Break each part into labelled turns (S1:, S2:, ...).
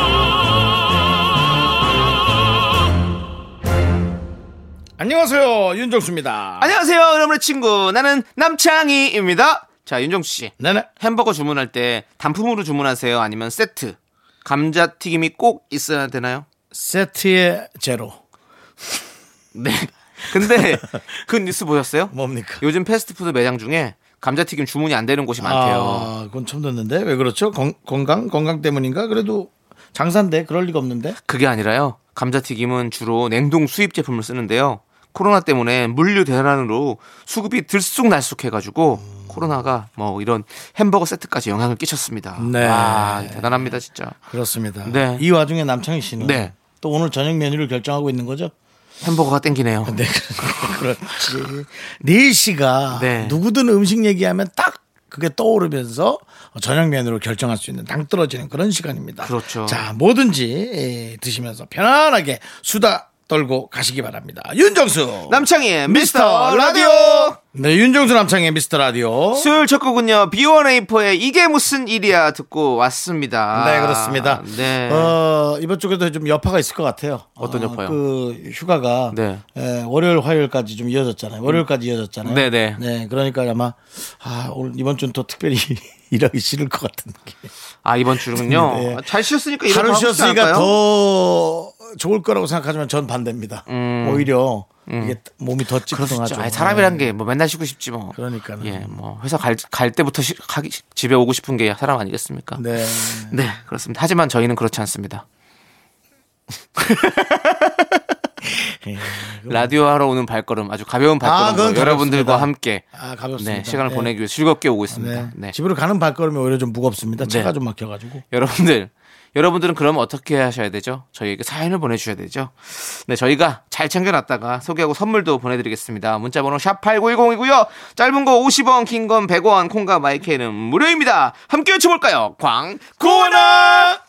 S1: 안녕하세요 윤정수입니다.
S2: 안녕하세요, 여러분의 친구. 나는 남창희입니다. 자, 윤정수 씨.
S1: 네네.
S2: 햄버거 주문할 때 단품으로 주문하세요? 아니면 세트? 감자튀김이 꼭 있어야 되나요?
S1: 세트의 제로
S2: 네. 근데 그 뉴스 보셨어요?
S1: 뭡니까?
S2: 요즘 패스트푸드 매장 중에 감자튀김 주문이 안 되는 곳이 많대요.
S1: 아, 그건 처음 듣는데 왜 그렇죠? 건, 건강 건강 때문인가? 그래도 장사인데 그럴 리가 없는데.
S2: 그게 아니라요. 감자튀김은 주로 냉동 수입 제품을 쓰는데요. 코로나 때문에 물류 대란으로 수급이 들쑥날쑥 해가지고
S1: 음.
S2: 코로나가 뭐 이런 햄버거 세트까지 영향을 끼쳤습니다.
S1: 네.
S2: 와, 대단합니다, 진짜.
S1: 그렇습니다.
S2: 네.
S1: 이 와중에 남창희 씨는
S2: 네.
S1: 또 오늘 저녁 메뉴를 결정하고 있는 거죠?
S2: 햄버거가 땡기네요.
S1: 네, 그렇지. 닐 씨가
S2: 네.
S1: 누구든 음식 얘기하면 딱 그게 떠오르면서 저녁 메뉴로 결정할 수 있는 당 떨어지는 그런 시간입니다.
S2: 그렇죠.
S1: 자, 뭐든지 예, 드시면서 편안하게 수다 떨고 가시기 바랍니다. 윤정수
S2: 남창희의
S1: 미스터 라디오. 네, 윤정수 남창의 미스터 라디오.
S2: 수요일 첫 곡은요 B1A4의 이게 무슨 일이야 듣고 왔습니다.
S1: 네, 그렇습니다.
S2: 아, 네.
S1: 어, 이번 주에도 좀 여파가 있을 것 같아요.
S2: 어떤
S1: 어,
S2: 여파요?
S1: 그 휴가가
S2: 네.
S1: 예, 월요일 화요일까지 좀 이어졌잖아요. 월요일까지 이어졌잖아요.
S2: 네, 네.
S1: 그러니까 아마 아, 오늘 이번 주는 또 특별히 일하기 싫을 것 같은 느낌.
S2: 아 이번 주는요
S1: 네.
S2: 잘 쉬었으니까 이런
S1: 하루
S2: 거 하고 싶지
S1: 쉬었으니까
S2: 않을까요?
S1: 더 좋을 거라고 생각하지만 전 반대입니다. 오히려 이게 몸이 더
S2: 음. 그렇죠.
S1: 찌뿌둥하죠. 네.
S2: 아니, 사람이란 게 뭐 맨날 쉬고 싶지 뭐.
S1: 그러니까요.
S2: 예, 뭐 회사 갈, 갈 때부터 쉬, 가기, 집에 오고 싶은 게 사람 아니겠습니까?
S1: 네.
S2: 네, 그렇습니다. 하지만 저희는 그렇지 않습니다.
S1: 네. 예.
S2: 라디오 하러 오는 발걸음 아주 가벼운 발걸음으로
S1: 그건
S2: 여러분들과
S1: 가볍습니다.
S2: 함께
S1: 아, 가볍습니다.
S2: 네, 시간을
S1: 네.
S2: 보내기 위해 서 즐겁게 오고 있습니다.
S1: 네.
S2: 네.
S1: 집으로 가는 발걸음이 오히려 좀 무겁습니다. 차가
S2: 네.
S1: 좀 막혀가지고.
S2: 여러분들 여러분들은 그럼 어떻게 하셔야 되죠? 저희에게 사연을 보내주셔야 되죠. 네, 저희가 잘 챙겨놨다가 소개하고 선물도 보내드리겠습니다. 문자번호 샵 8910이고요. 짧은 거 50원, 긴 건 100원, 콩과 마이크는 무료입니다. 함께 외쳐볼까요? 광고나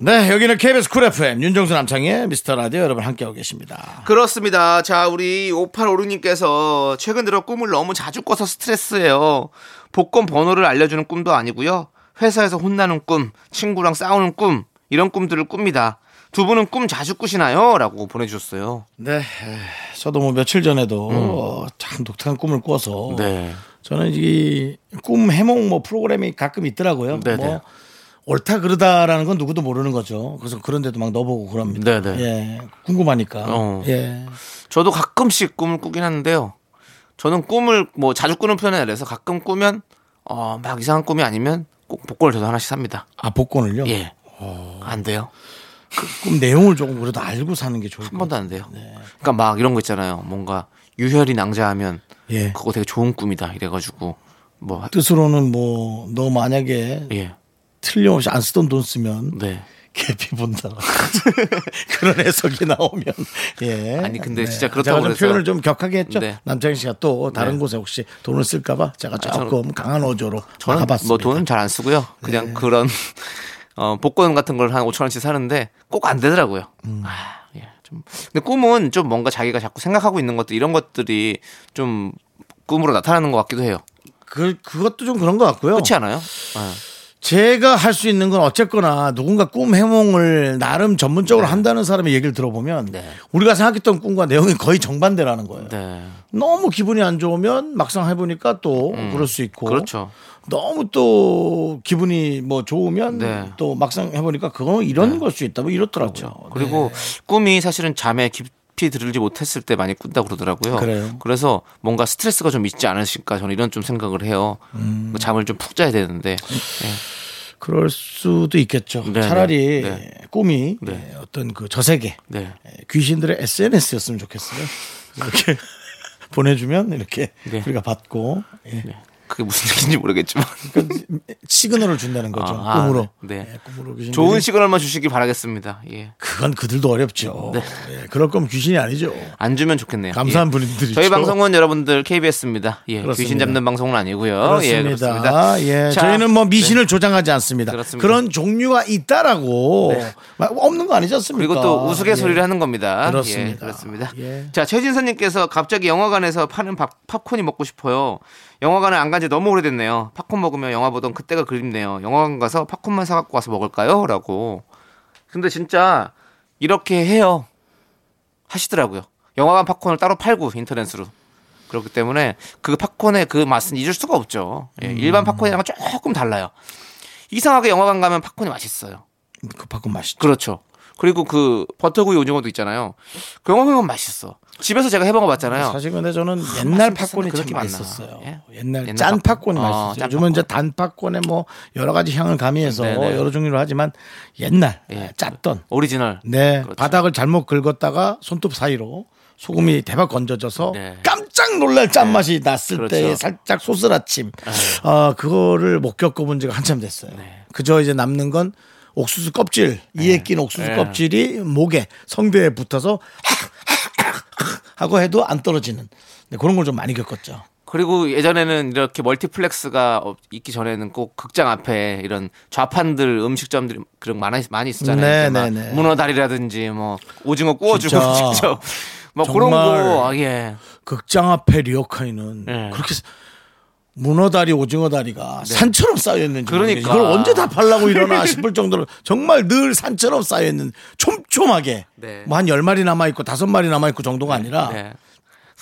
S1: 네, 여기는 KBS 쿨 FM 윤정수 남창희의 미스터 라디오 여러분 함께하고 계십니다.
S2: 그렇습니다. 자, 우리 5856님께서 최근 들어 꿈을 너무 자주 꿔서 스트레스예요. 복권 번호를 알려주는 꿈도 아니고요. 회사에서 혼나는 꿈, 친구랑 싸우는 꿈 이런 꿈들을 꿉니다. 두 분은 꿈 자주 꾸시나요? 라고 보내주셨어요.
S1: 네, 에, 저도 뭐 며칠 전에도
S2: 음.
S1: 어, 참 독특한 꿈을
S2: 뭐,
S1: 꿔서
S2: 네.
S1: 저는 이 꿈 해몽 뭐 프로그램이 가끔 있더라고요.
S2: 네, 네.
S1: 뭐 옳다 그르다라는 건 누구도 모르는 거죠. 그래서 그런데도 막 넣어보고 그럽니다.
S2: 네,
S1: 예, 궁금하니까.
S2: 어.
S1: 예,
S2: 저도 가끔씩 꿈을 꾸긴 하는데요. 저는 꿈을 뭐 자주 꾸는 편이 아니라서 가끔 꾸면 어, 막 이상한 꿈이 아니면 꼭 복권을 저도 하나씩 삽니다.
S1: 아 복권을요.
S2: 예. 안 돼요.
S1: 꿈 내용을 조금 그래도 알고 사는 게 좋을
S2: 한
S1: 것
S2: 번도 안 돼요.
S1: 네.
S2: 그러니까 막 이런 거 있잖아요. 뭔가 유혈이 낭자하면
S1: 예.
S2: 그거 되게 좋은 꿈이다 이래가지고 뭐
S1: 뜻으로는 뭐 너 만약에
S2: 예.
S1: 틀림없이 안 쓰던 돈 쓰면
S2: 네.
S1: 개피 본다. 그런 해석이 나오면 예.
S2: 아니, 근데 진짜 그렇다고
S1: 제가 좀
S2: 그래서-
S1: 표현을 좀 격하게 했죠.
S2: 네.
S1: 남창희 씨가 또 다른
S2: 네. 아,
S1: 곳에 혹시 돈을 쓸까봐 제가 조금 강한 어조로
S2: 저는
S1: 가봤습니다. 네.
S2: 뭐 돈은 잘 안 쓰고요. 그냥 그런 어, 복권 같은 걸 한 5천 원씩 사는데 꼭 안 되더라고요.
S1: 음.
S2: 아, 예, 좀. 근데 꿈은 좀 뭔가 자기가 자꾸 생각하고 있는 것들 이런 것들이 좀 꿈으로 나타나는 것 같기도 해요.
S1: 그 그것도 좀 그런 것 같고요.
S2: 그렇지 않아요?
S1: 제가 할 수 있는 건 어쨌거나 누군가 꿈 해몽을 나름
S2: 네.
S1: 전문적으로 한다는 사람의 얘기를 들어보면 우리가 생각했던 꿈과 내용이 거의 정반대라는 거예요.
S2: 네.
S1: 너무 기분이 안 좋으면 막상 해보니까 또 그럴 수 있고
S2: 그렇죠.
S1: 너무 또 기분이 뭐 좋으면
S2: 네.
S1: 또 막상 해보니까 그거 이런 걸 수 있다 뭐 이렇더라고요.
S2: 어, 그리고
S1: 네.
S2: 꿈이 사실은 잠에 깊이 들지 못했을 때 많이 꾼다 고 그러더라고요.
S1: 그래요?
S2: 래서 뭔가 스트레스가 좀 있지 않으실까 저는 이런 좀 생각을 해요.
S1: 음.
S2: 잠을 좀 푹 자야 되는데.
S1: 네. 그럴 수도 있겠죠.
S2: 네,
S1: 차라리
S2: 네.
S1: 꿈이
S2: 네.
S1: 어떤 그 저세계
S2: 네.
S1: 귀신들의 SNS였으면 좋겠어요. 이렇게 보내주면 이렇게
S2: 네.
S1: 우리가 받고 예.
S2: 그게 무슨 얘기인지 모르겠지만.
S1: 시그널을 준다는 거죠.
S2: 아, 아,
S1: 꿈으로.
S2: 네.
S1: 예, 꿈으로 귀신.
S2: 좋은 시그널만 주시길 바라겠습니다. 예.
S1: 그건 그들도 어렵죠.
S2: 네.
S1: 예, 그럴 거면 귀신이 아니죠.
S2: 안 주면 좋겠네요.
S1: 감사한
S2: 예.
S1: 분들이죠.
S2: 저희 방송은 여러분들 KBS입니다. 예.
S1: 그렇습니다.
S2: 귀신 잡는 방송은 아니고요.
S1: 그렇습니다.
S2: 예, 그렇습니다.
S1: 예,
S2: 자, 네.
S1: 저희는 뭐 미신을 조장하지 않습니다.
S2: 그렇습니다. 네.
S1: 그런 종류가 있다라고 막 없는 거 아니지 않습니까?
S2: 그리고 또 우스갯소리를
S1: 예.
S2: 하는 겁니다.
S1: 그렇습니다.
S2: 예, 그렇습니다.
S1: 예.
S2: 자, 최진선님께서 갑자기 영화관에서 파는 밥, 팝콘이 먹고 싶어요. 영화관에 안 간 지 너무 오래됐네요. 팝콘 먹으며 영화 보던 그때가 그립네요. 영화관 가서 팝콘만 사갖고 와서 먹을까요? 라고. 근데 진짜 이렇게 해요. 하시더라고요. 영화관 팝콘을 따로 팔고 인터넷으로. 그렇기 때문에 그 팝콘의 그 맛은 잊을 수가 없죠. 예,
S1: 음.
S2: 일반 팝콘이랑은 조금 달라요. 이상하게 영화관 가면 팝콘이 맛있어요.
S1: 그 팝콘 맛있죠.
S2: 그렇죠. 그리고 그 버터구이 오징어도 있잖아요. 그 영화관 맛있어. 집에서 제가 해먹어 봤잖아요.
S1: 네, 사실 근데 저는 옛날
S2: 맛있는
S1: 팝콘이
S2: 그렇게
S1: 참
S2: 많나.
S1: 맛있었어요.
S2: 예?
S1: 옛날,
S2: 옛날
S1: 짠
S2: 팝콘.
S1: 팝콘이
S2: 어,
S1: 맛있었어요.
S2: 짠
S1: 요즘은 이제 단 팝콘에 뭐 여러 가지 향을 가미해서
S2: 네네.
S1: 여러 종류로 하지만 옛날
S2: 예.
S1: 짰던
S2: 오리지널.
S1: 네
S2: 그렇죠.
S1: 바닥을 잘못 긁었다가 손톱 사이로 소금이 대박 건져져서
S2: 네.
S1: 깜짝 놀랄 짠맛이 났을
S2: 그렇죠. 네.
S1: 때의 살짝 소스라침 어, 그거를 못 겪어본 지가 한참 됐어요 그저 이제 남는 건 옥수수 껍질 이에 낀 옥수수
S2: 네.
S1: 껍질이 목에 성대에 붙어서 하고 해도 안 떨어지는 네, 그런 걸 좀 많이 겪었죠
S2: 그리고 예전에는 이렇게 멀티플렉스가 없- 있기 전에는 꼭 극장 앞에 이런 좌판들 음식점들이 그런 많이 많이 있었잖아요.
S1: 네,
S2: 이렇게 막
S1: 네, 네.
S2: 문어 다리라든지 뭐 오징어 구워주고
S1: 진짜.
S2: 진짜 막 그런
S1: 정말.
S2: 거 아, 예.
S1: 극장 앞에 리어카이는
S2: 네.
S1: 그렇게 문어다리 오징어다리가 산처럼 쌓여있는지 모르겠는데
S2: 그러니까.
S1: 이걸 언제 다 팔라고 일어나 싶을 정도로 정말 늘 산처럼 쌓여있는 촘촘하게
S2: 네.
S1: 뭐 한 열마리 남아있고 다섯 마리 남아있고 정도가 아니라
S2: 네.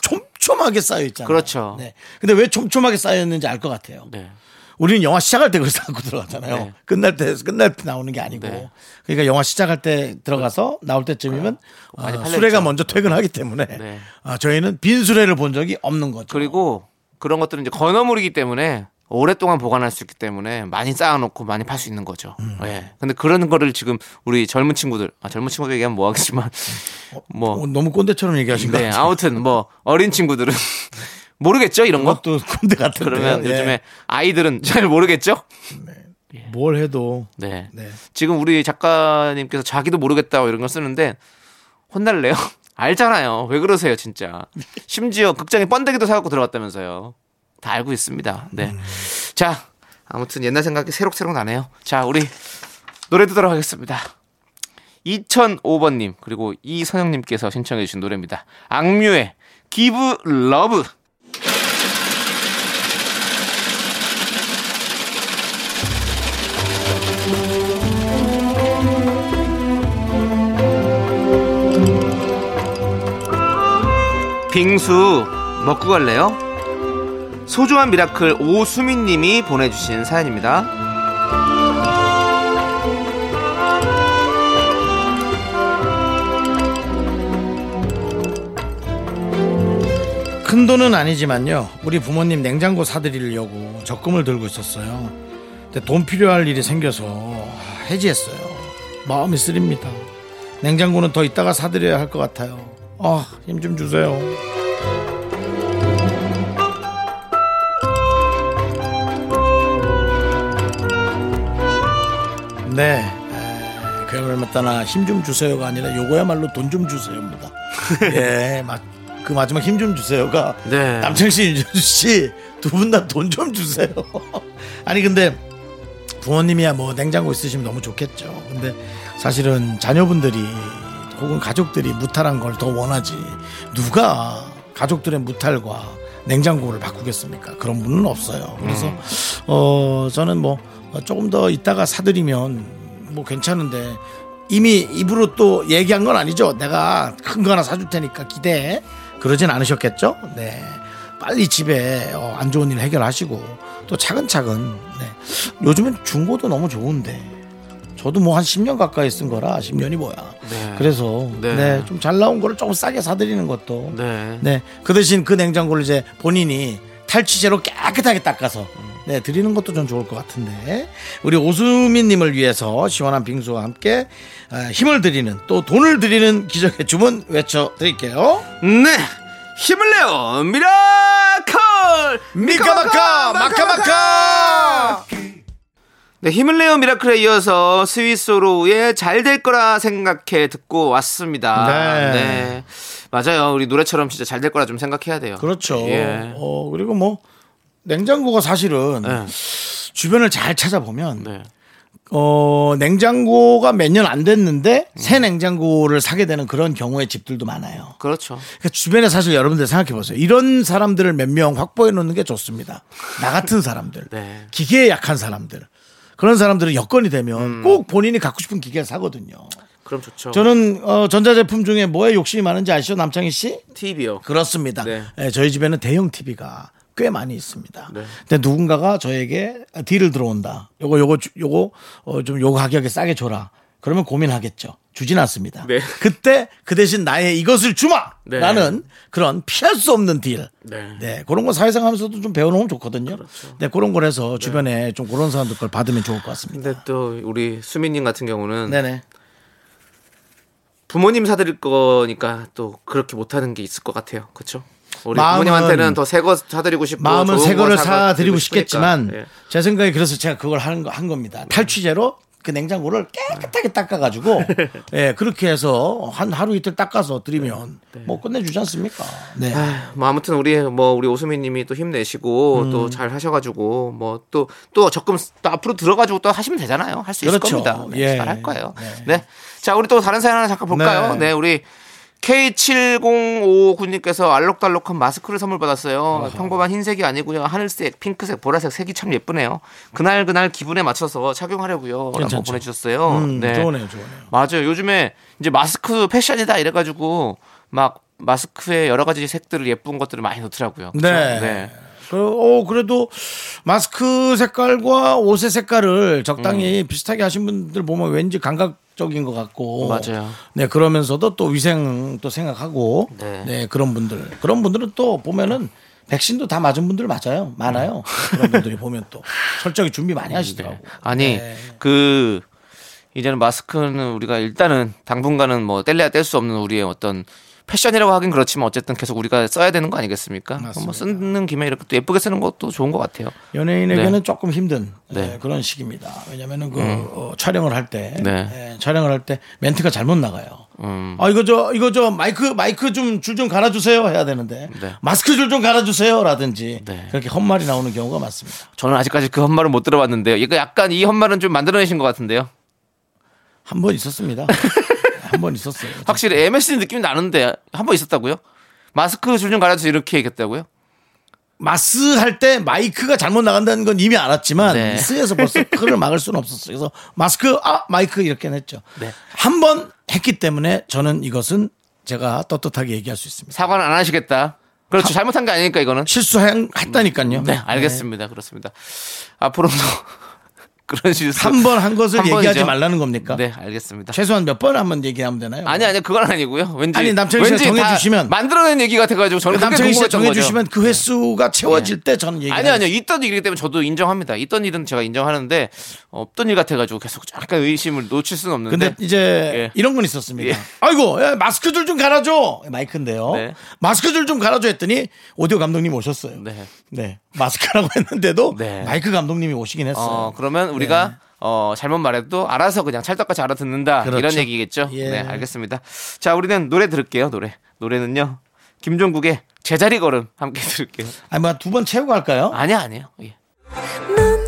S1: 촘촘하게 쌓여있잖아요
S2: 그렇죠.
S1: 네. 근데 왜 촘촘하게 쌓여있는지 알 것 같아요
S2: 네.
S1: 우리는 영화 시작할 때 그래서 갖고 들어가잖아요.
S2: 네.
S1: 끝날 때 끝날 때 나오는 게 아니고
S2: 네. 그렇죠.
S1: 그러니까 영화 시작할 때 들어가서 나올 때쯤이면
S2: 많이
S1: 어,
S2: 팔려있죠.
S1: 수레가 먼저 퇴근하기 때문에
S2: 네.
S1: 아, 저희는 빈 수레를 본 적이 없는 거죠.
S2: 그리고 그런 것들은 이제 건어물이기 때문에 오랫동안 보관할 수 있기 때문에 많이 쌓아놓고 많이 팔 수 있는 거죠.
S1: 음.
S2: 예. 근데 그런 거를 지금 우리 젊은 친구들, 아, 젊은 친구들 얘기하면 뭐하겠지만, 뭐,
S1: 어, 너무 꼰대처럼 얘기하신 것
S2: 네,
S1: 같아요.
S2: 아무튼 뭐 어린 친구들은 모르겠죠 이런 거.
S1: 그것도 꼰대 같은데.
S2: 아,
S1: 예.
S2: 그러면 요즘에 아이들은 잘 모르겠죠.
S1: 뭘 해도
S2: 네.
S1: 네.
S2: 지금 우리 작가님께서 자기도 모르겠다고 이런 걸 쓰는데 혼날래요? 알잖아요. 왜 그러세요, 진짜. 심지어 극장에 번데기도 사갖고 들어갔다면서요. 다 알고 있습니다. 네. 자, 아무튼 옛날 생각이 새록새록 나네요. 자, 우리 노래 듣도록 하겠습니다. 2005번님, 그리고 이선영님께서 신청해주신 노래입니다. 악뮤의 Give Love. 빙수 먹고 갈래요? 소중한 미라클 오수민 님이 보내주신 사연입니다.
S1: 큰 돈은 아니지만요. 우리 부모님 냉장고 사드리려고 적금을 들고 있었어요. 근데 돈 필요할 일이 생겨서 아, 해지했어요. 마음이 쓰립니다. 냉장고는 더 이따가 사드려야 할 것 같아요. 아, 힘 좀 주세요. 네. 에, 그야말로 맞다나 힘 좀 주세요가 아니라 요거야말로 돈 좀 주세요입니다. 예, 마, 그 마지막 힘 좀 주세요가
S2: 네.
S1: 남창 씨, 윤정수 씨, 두 분 다 돈 좀 주세요. 아니, 근데 부모님이야 뭐 냉장고 있으시면 너무 좋겠죠. 근데 사실은 자녀분들이 혹은 가족들이 무탈한 걸 더 원하지. 누가 가족들의 무탈과 냉장고를 바꾸겠습니까? 그런 분은 없어요. 그래서 어 저는 뭐 조금 더 있다가 사드리면 뭐 괜찮은데 이미 입으로 또 얘기한 건 아니죠. 내가 큰 거 하나 사줄 테니까 기대해. 그러진 않으셨겠죠? 네. 빨리 집에 어, 안 좋은 일 해결하시고 또 차근차근 네. 요즘엔 중고도 너무 좋은데 저도 뭐 한 10년 가까이 쓴 거라 10년이 뭐야
S2: 네.
S1: 그래서
S2: 네.
S1: 네 좀 잘 나온 거를 조금 싸게 사드리는 것도
S2: 네.
S1: 네. 그 대신 그 냉장고를 이제 본인이 탈취제로 깨끗하게 닦아서 네, 드리는 것도 좀 좋을 것 같은데 우리 오수민 님을 위해서 시원한 빙수와 함께 아, 힘을 드리는 또 돈을 드리는 기적의 주문 외쳐 드릴게요.
S2: 네. 힘을 내요. 미라클! 미라클
S1: 미카마카 마카마카
S2: 네, 힘을 내요 미라클에 이어서 스위스로의 잘 될 거라 생각해 듣고 왔습니다.
S1: 네.
S2: 맞아요. 우리 노래처럼 진짜 잘 될 거라 좀 생각해야 돼요.
S1: 그렇죠.
S2: 예.
S1: 어 그리고 뭐 냉장고가 사실은
S2: 네.
S1: 주변을 잘 찾아보면
S2: 네.
S1: 어 냉장고가 몇 년 안 됐는데 새 냉장고를 사게 되는 그런 경우의 집들도 많아요.
S2: 그렇죠.
S1: 그러니까 주변에 사실 여러분들 생각해 보세요. 이런 사람들을 몇 명 확보해 놓는 게 좋습니다. 나 같은 사람들,
S2: 네.
S1: 기계에 약한 사람들. 그런 사람들은 여건이 되면
S2: 음.
S1: 꼭 본인이 갖고 싶은 기계를 사거든요.
S2: 그럼 좋죠.
S1: 저는 어, 전자제품 중에 뭐에 욕심이 많은지 아시죠, 남창희 씨?
S2: TV요.
S1: 그렇습니다.
S2: 네.
S1: 예, 저희 집에는 대형 TV가 꽤 많이 있습니다. 근데 누군가가 저에게 딜을 들어온다. 요거 요거 주- 요거 어, 좀 요거 가격에 싸게 줘라. 그러면 고민하겠죠. 주진 않습니다.
S2: 네.
S1: 그때 그 대신 나의 이것을 주마.
S2: 네.
S1: 라는 그런 피할 수 없는 딜.
S2: 네. 그렇죠.
S1: 그런 거 사회생 하면서도 좀 배워놓으면 좋거든요. 네, 그런 걸 해서 주변에 좀 그런 사람들 걸 받으면 좋을 것 같습니다.
S2: 근데 또 우리 수민님 같은 경우는
S1: 아. 네네.
S2: 부모님 사드릴 거니까 또 그렇게 못하는 게 있을 것 같아요. 그렇죠? 우리
S1: 마음은-
S2: 부모님한테는 더 새 거 사드리고 싶고
S1: 마음은
S2: 뭐 좋은
S1: 새
S2: 거
S1: 거를
S2: 사고
S1: 사 드리고
S2: 싶으니까.
S1: 싶겠지만
S2: 예.
S1: 제 생각에 그래서 제가 그걸 하는 거 한 겁니다. 탈취제로 그 냉장고를 깨끗하게 닦아가지고 예 그렇게 해서 한 하루 이틀 닦아서 드리면 뭐 끝내주지 않습니까? 네.
S2: 네. 아휴, 뭐 아무튼 우리 뭐 우리 오수민님이 또 힘내시고
S1: 음.
S2: 또 잘 하셔가지고 뭐 또 또 적금 또 앞으로 들어가지고 또 하시면 되잖아요. 할 수 있을
S1: 그렇죠.
S2: 겁니다. 네,
S1: 예.
S2: 잘할 거예요.
S1: 네.
S2: 네. 자 우리 또 다른 사연 하나 잠깐 볼까요?
S1: 네.
S2: 네, 우리. K7059님께서 알록달록한 마스크를 선물 받았어요. 평범한 흰색이 아니고요. 하늘색, 핑크색, 보라색 색이 참 예쁘네요. 그날 그날 기분에 맞춰서 착용하려고요. 라고
S1: 괜찮죠.
S2: 보내주셨어요.
S1: 음,
S2: 네.
S1: 좋으네요, 좋으네요.
S2: 맞아요. 요즘에 이제 마스크 패션이다 이래가지고 막 마스크에 여러 가지 색들을 예쁜 것들을 많이 넣더라고요. 그렇죠? 그쵸?
S1: 네. 그, 어, 그래도 마스크 색깔과 옷의 색깔을
S2: 음.
S1: 적당히 비슷하게 하신 분들 보면 왠지 감각적인 것 같고.
S2: 맞아요.
S1: 네, 그러면서도 또 위생도 생각하고. 네.
S2: 네.
S1: 그런 분들. 그런 분들은 또 보면은 백신도 다 맞은 분들 맞아요. 많아요.
S2: 음.
S1: 그런 분들이 보면 또 철저히 준비
S2: 네.
S1: 많이 하시더라고. 요
S2: 아니 그 이제는 마스크는 우리가 일단은 당분간은 뭐 뗄래야 뗄 수 없는 우리의 어떤 패션이라고 하긴 그렇지만 어쨌든 계속 우리가 써야 되는 거 아니겠습니까? 뭐 쓰는 김에 이렇게 또 예쁘게 쓰는 것도 좋은 것 같아요.
S1: 연예인에게는
S2: 네.
S1: 조금 힘든
S2: 네. 음.
S1: 네, 그런 시기입니다. 왜냐면은 그 어, 촬영을 할 때,
S2: 네. 음.
S1: 예, 촬영을 할 때 멘트가 잘못 나가요. 아 이거 저 이거 저 마이크 마이크 좀 줄 좀 갈아주세요 해야 되는데
S2: 네.
S1: 마스크 줄 좀 갈아주세요라든지
S2: 네.
S1: 그렇게 헛말이 나오는 경우가 많습니다.
S2: 저는 아직까지 그 헛말은 못 들어봤는데요. 이거 약간 이 헛말은 좀 만들어내신 것 같은데요.
S1: 한 번 있었습니다. 한 번 있었어요.
S2: 확실히 MSG 느낌이 나는데 한 번 있었다고요? 마스크 줄 좀 갈아줘서 이렇게 얘기했다고요?
S1: 마스 할 때 마이크가 잘못 나간다는 건 이미 알았지만
S2: 네.
S1: 스에서 벌써 그걸 막을 수는 없었어요. 그래서 마스크 아 마이크 이렇게 했죠.
S2: 네.
S1: 한 번 했기 때문에 저는 이것은 제가 떳떳하게 얘기할 수 있습니다.
S2: 사과는 안 하시겠다. 그렇죠. 잘못한 게 아니니까 이거는.
S1: 실수했다니까요.
S2: 네, 알겠습니다. 그렇습니다. 앞으로도 그런 실수
S1: 네. 한 번 한 것을
S2: 한 번이죠.
S1: 얘기하지 말라는 겁니까?
S2: 네, 알겠습니다.
S1: 최소한 몇 번 한번 얘기하면 되나요?
S2: 아니 아니 그건 아니고요. 왠지
S1: 아니, 남창희 씨가
S2: 왠지 다
S1: 정해주시면.
S2: 만들어낸 얘기 같아가지고 저는 그게
S1: 남창희 씨가
S2: 궁금했던 거죠. 네.
S1: 정해주시면 그 횟수가 채워질 때 저는 얘기.
S2: 아니 아니요 있던 일이기 때문에 저도 인정합니다. 있던 일은 제가 인정하는데 없던 일 같아가지고 계속 약간 의심을 놓칠 수는 없는데.
S1: 근데 이제
S2: 예.
S1: 이런 건 있었습니다.
S2: 예.
S1: 아이고 예, 마스크 줄 좀 갈아줘 예, 마이크인데요.
S2: 네.
S1: 마스크 줄 좀 갈아줘 했더니 오디오 감독님 오셨어요. 네,
S2: 네.
S1: 마스크라고 했는데도
S2: 네.
S1: 마이크 감독님이 오시긴 했어요. 네.
S2: 어 그러면 우리가 어 잘못 말해도 알아서 그냥 찰떡같이 알아듣는다 이런
S1: 그렇죠.
S2: 얘기겠죠.
S1: 예.
S2: 네 알겠습니다. 자 우리는 노래 들을게요. 노래 노래는요 김종국의 제자리 걸음 함께 들을게요.
S1: 아니 뭐두 번 채우고 할까요?
S2: 아니야 아니에요. 예.
S3: 넌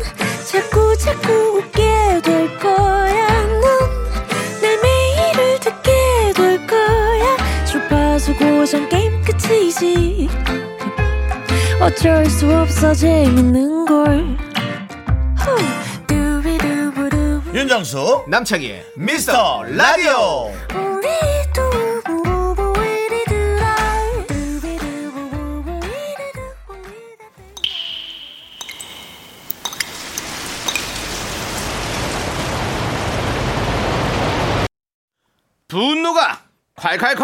S3: 자꾸 자꾸 웃게 될 거야. 넌내 매일을 듣게 될 거야. 주파수 고정 게임 끝이지. 어쩔 수 없어 재밌는 걸. 후. 두비두부두부.
S1: 윤정수
S2: 남창희
S1: 미스터 라디오.
S3: 우리 두부부부 우리 두라. 두비두부부부 우리 두부 우리 두부.
S2: 분노가 콸콸콸.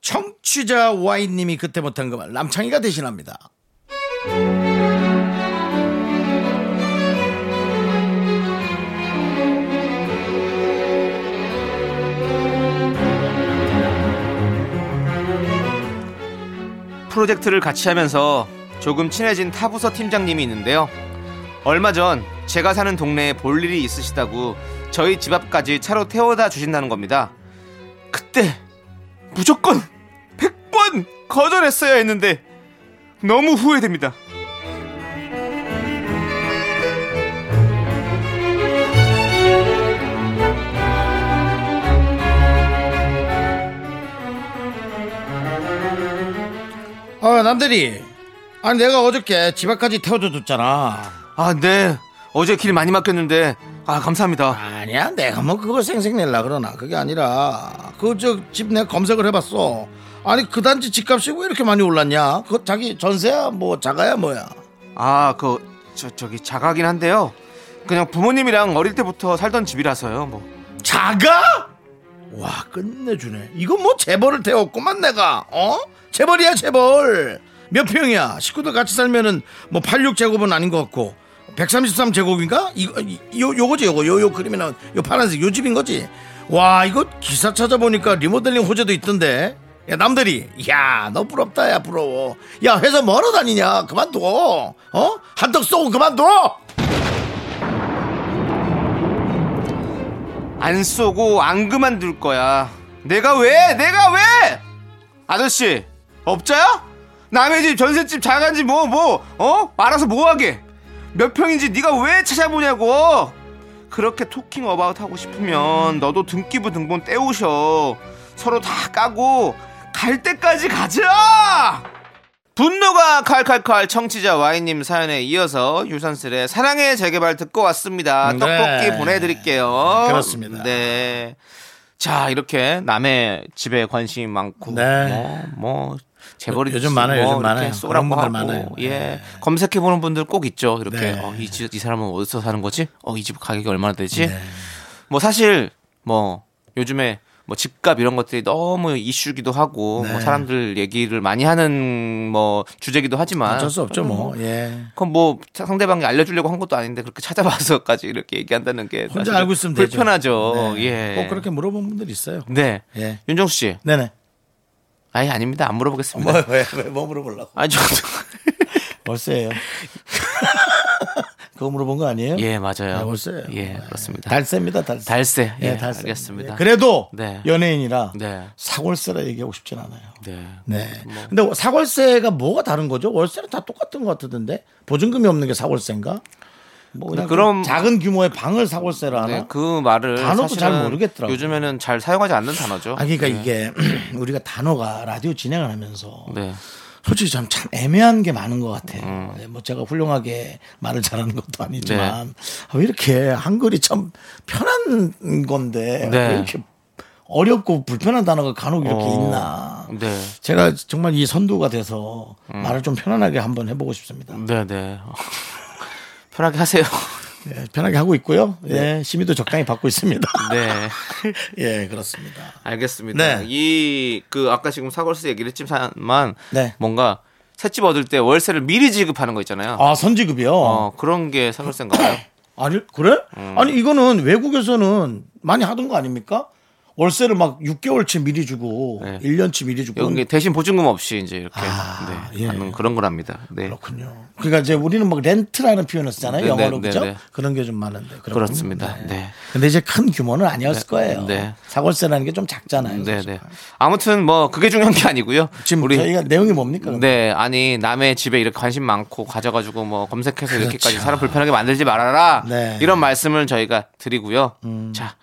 S1: 청취자 와인님이 그때 못한 그 말 남창희가 대신합니다.
S2: 프로젝트를 같이 하면서 조금 친해진 타부서 팀장님이 있는데요. 얼마 전 제가 사는 동네에 볼 일이 있으시다고 저희 집 앞까지 차로 태워다 주신다는 겁니다. 그때 무조건 100번 거절했어야 했는데 너무 후회됩니다.
S1: 아 남들이 아니 내가 어저께 집 앞까지 태워다 줬잖아
S2: 아, 네. 어제 길 많이 막혔는데 아, 감사합니다.
S1: 아니야 내가 뭐 그걸 생색낼라 그러나 그게 아니라 그 저 집 내 검색을 해봤어 아니 그 단지 집값이 왜 이렇게 많이 올랐냐 그거 자기 전세야 뭐 자가야 뭐야
S2: 아, 그 저, 저기 자가긴 한데요. 그냥 부모님이랑 어릴 때부터 살던 집이라서요. 뭐
S1: 자가? 와 끝내주네 이건 뭐 재벌을 태웠구만 내가 어? 재벌이야 재벌 몇 평이야 식구들 같이 살면은 뭐 86제곱은 아닌 것 같고 133제곱인가? 이거 이- 요, 요거지 요거 요, 요 그림이 나온 요 파란색 요 집인 거지 와 이거 기사 찾아보니까 리모델링 호재도 있던데 야 남들이 야너 부럽다 야 부러워 야 회사 뭐하러 다니냐 그만둬 어? 한턱 쏘고 그만둬
S2: 안 쏘고 안 그만둘 거야. 내가 왜? 내가 왜? 아저씨, 업자야? 남의 집, 전셋집, 자간지 뭐, 뭐, 어? 알아서 뭐 하게? 몇 평인지 네가 왜 찾아보냐고? 그렇게 토킹 어바웃 하고 싶으면 너도 등기부 등본 떼우셔. 서로 다 까고 갈 때까지 가자! 분노가 칼칼칼 청취자 와인님 사연에 이어서 유산슬의 사랑의 재개발 듣고 왔습니다.
S1: 네.
S2: 떡볶이 보내드릴게요.
S1: 그렇습니다.
S2: 네. 자 이렇게 남의 집에 관심이 많고
S1: 네.
S2: 뭐, 뭐 재벌이
S1: 요즘 많아요,
S2: 뭐
S1: 요즘
S2: 이렇게
S1: 많아요.
S2: 쏘라고
S1: 그런
S2: 하고
S1: 분들 많아요.
S2: 예
S1: 네.
S2: 검색해 보는 분들 꼭 있죠. 이렇게
S1: 네.
S2: 어, 이, 집- 이 사람은 어디서 사는 거지? 어 이 집 가격이 얼마나 되지?
S1: 네.
S2: 뭐 사실 뭐 요즘에 뭐 집값 이런 것들이 너무 이슈기도 하고
S1: 네.
S2: 뭐 사람들 얘기를 많이 하는 뭐 주제기도 하지만
S1: 어쩔 수 없죠 뭐예
S2: 그건 뭐 상대방이 알려주려고 한 것도 아닌데 그렇게 찾아봐서까지 이렇게 얘기한다는 게
S1: 혼자
S2: 사실은
S1: 알고 있으면 되죠.
S2: 불편하죠.
S1: 네.
S2: 예.
S1: 꼭 그렇게 물어본 분들 있어요.
S2: 네.
S1: 예.
S2: 윤정수 씨.
S1: 네네.
S2: 아니 아닙니다. 안 물어보겠습니다.
S1: 왜왜뭐 물어보려고?
S2: 아니 저
S1: 월세예요. 그거 물어본 거 아니에요?
S2: 예, 맞아요.
S1: 네, 월세예요.
S2: 예, 그렇습니다.
S1: 달세입니다. 달세.
S2: 달세. 예,
S1: 달세.
S2: 알겠습니다.
S1: 예, 그래도
S2: 네.
S1: 연예인이라
S2: 네.
S1: 사골세라 얘기하고 싶진 않아요.
S2: 네.
S1: 네. 근데 사골세가 뭐가 다른 거죠? 월세는 다 똑같은 것 같던데 보증금이 없는 게 사골세인가? 뭐 그냥
S2: 그럼-
S1: 작은 규모의 방을 사골세라 하나?
S2: 네, 그 말을
S1: 단어도
S2: 사실은
S1: 잘 모르겠더라고요.
S2: 요즘에는 잘 사용하지 않는 단어죠.
S1: 아 그러니까 이게 우리가 단어가 라디오 진행을 하면서
S2: 네.
S1: 솔직히 참, 참 애매한 게 많은 것 같아요.
S2: 음.
S1: 네, 뭐 제가 훌륭하게 말을 잘하는 것도
S2: 네.
S1: 아니지만 아, 왜 이렇게 한글이 참 편한 건데
S2: 네.
S1: 왜 이렇게 어렵고 불편한 단어가 간혹 이렇게
S2: 어,
S1: 있나.
S2: 네. 음.
S1: 제가 정말 이 선두가 돼서 말을 좀 편안하게 한번 해보고 싶습니다.
S2: 네, 네. 편하게 하세요.
S1: 네, 편하게 하고 있고요. 예, 심의도 적당히 받고 있습니다.
S2: 네.
S1: 예, 그렇습니다.
S2: 알겠습니다.
S1: 네.
S2: 이 그 아까 지금 사골스 얘기를 했지만
S1: 네.
S2: 뭔가 새집 얻을 때 월세를 미리 지급하는 거 있잖아요.
S1: 아, 선지급이요?
S2: 어, 그런 게 사골세인가요?
S1: 아니 그래?
S2: 음.
S1: 아니 이거는 외국에서는 많이 하던 거 아닙니까? 월세를 막 6개월치 미리 주고
S2: 네.
S1: 1년치 미리 주고
S2: 여기 대신 보증금 없이 이제 이렇게
S1: 아,
S2: 네,
S1: 예.
S2: 하는 그런 거랍니다. 네.
S1: 그렇군요. 그러니까 이제 우리는 막 렌트라는 표현을 쓰잖아요.
S2: 네,
S1: 영어로
S2: 네,
S1: 그죠?
S2: 네, 네.
S1: 그런 게 좀 많은데 그렇군요.
S2: 그렇습니다. 네.
S1: 근데 이제 큰 규모는 아니었을 거예요.
S2: 네.
S1: 사월세라는 게 좀 작잖아요.
S2: 네,
S1: 사실.
S2: 네. 아무튼 뭐 그게 중요한 게 아니고요.
S1: 지금
S2: 우리
S1: 저희가 내용이 뭡니까? 그럼?
S2: 네, 아니 남의 집에 이렇게 관심 많고 가져가지고 뭐 검색해서 이렇게까지 사람 불편하게 만들지 말아라.
S1: 그렇죠. 네. 음.
S2: 이런 말씀을 저희가 드리고요. 자,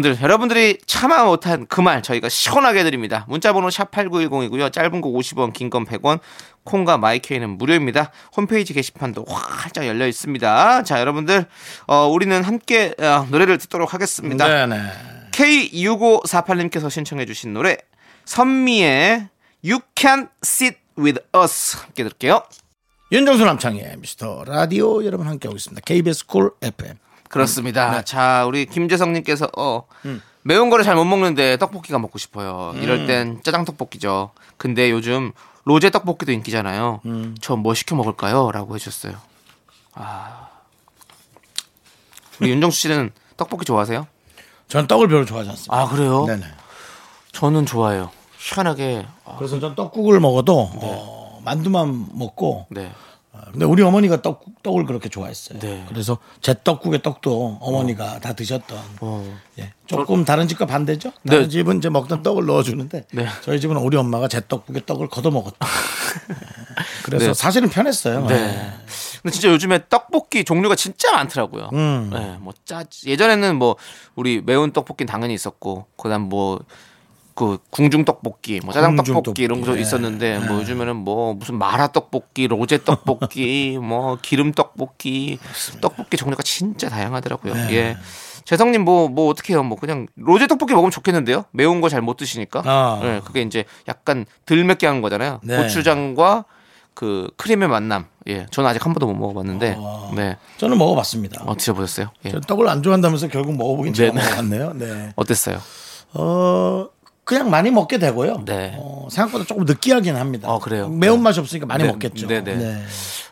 S2: 여러분들 여러분들이 참아 못한 그 말 저희가 시원하게 드립니다. 문자번호 샵 #8910이고요. 짧은 거 50원, 긴 건 100원. 콩과 마이케이는 무료입니다. 홈페이지 게시판도 활짝 열려 있습니다. 자, 여러분들 어, 우리는 함께 어, 노래를 듣도록 하겠습니다.
S1: 네, 네.
S2: K6548님께서 신청해주신 노래 선미의 You Can Sit With Us 함께 들을게요.
S1: 윤정수 남창의 미스터 라디오 여러분 함께하고 있습니다. KBS 콜 FM.
S2: 그렇습니다. 자 우리 김재성님께서 어, 매운 거를 잘 못 먹는데 떡볶이가 먹고 싶어요. 이럴 땐 짜장 떡볶이죠. 근데 요즘 로제 떡볶이도 인기잖아요. 저 뭐 시켜 먹을까요?라고 해주셨어요. 아 우리 윤정수 씨는 떡볶이 좋아하세요?
S1: 저는 떡을 별로 좋아하지 않습니다.
S2: 아 그래요?
S1: 네네.
S2: 저는 좋아해요. 희한하게 어,
S1: 그래서 전 떡국을 먹어도 어, 만두만 먹고
S2: 네.
S1: 근데 우리 어머니가 떡, 떡을 그렇게 좋아했어요.
S2: 네.
S1: 그래서 제 떡국의 떡도 어머니가 다 드셨던.
S2: 어.
S1: 예, 조금 다른 집과 반대죠.
S2: 네.
S1: 다른 집은 이제 먹던 떡을 넣어주는데
S2: 네.
S1: 저희 집은 우리 엄마가 제 떡국의 떡을 걷어 먹었다. 예. 그래서
S2: 네.
S1: 사실은 편했어요. 예.
S2: 네. 근데 진짜 요즘에 떡볶이 종류가 진짜 많더라고요.
S1: 음.
S2: 네, 뭐 짜, 예전에는 뭐 우리 매운 떡볶이 는 당연히 있었고, 그다음 뭐 그 궁중 떡볶이, 뭐 짜장
S1: 궁중
S2: 떡볶이 이런 것도
S1: 떡볶이.
S2: 있었는데 뭐 요즘에는 뭐 무슨 마라 떡볶이, 로제 떡볶이, 뭐 기름 떡볶이, 떡볶이 종류가 진짜 다양하더라고요. 예. 재성님 뭐 뭐 어떻게 해요? 뭐 그냥 로제 떡볶이 먹으면 좋겠는데요. 매운 거 잘 못 드시니까.
S1: 아.
S2: 예, 그게 이제 약간 덜 맵게 한 거잖아요.
S1: 네.
S2: 고추장과 그 크림의 만남. 예, 저는 아직 한 번도 못 먹어봤는데, 네,
S1: 저는 먹어봤습니다.
S2: 어 드셔보셨어요? 예,
S1: 아. 저 떡을 안 좋아한다면서 결국 먹어보긴
S2: 네,
S1: 제가 먹어봤네요. 네.
S2: 어땠어요?
S1: 어, 그냥 많이 먹게 되고요.
S2: 네.
S1: 어, 생각보다 조금 느끼하긴 합니다.
S2: 어, 그래요?
S1: 매운맛이 없으니까 많이
S2: 네,
S1: 먹겠죠.
S2: 네, 네.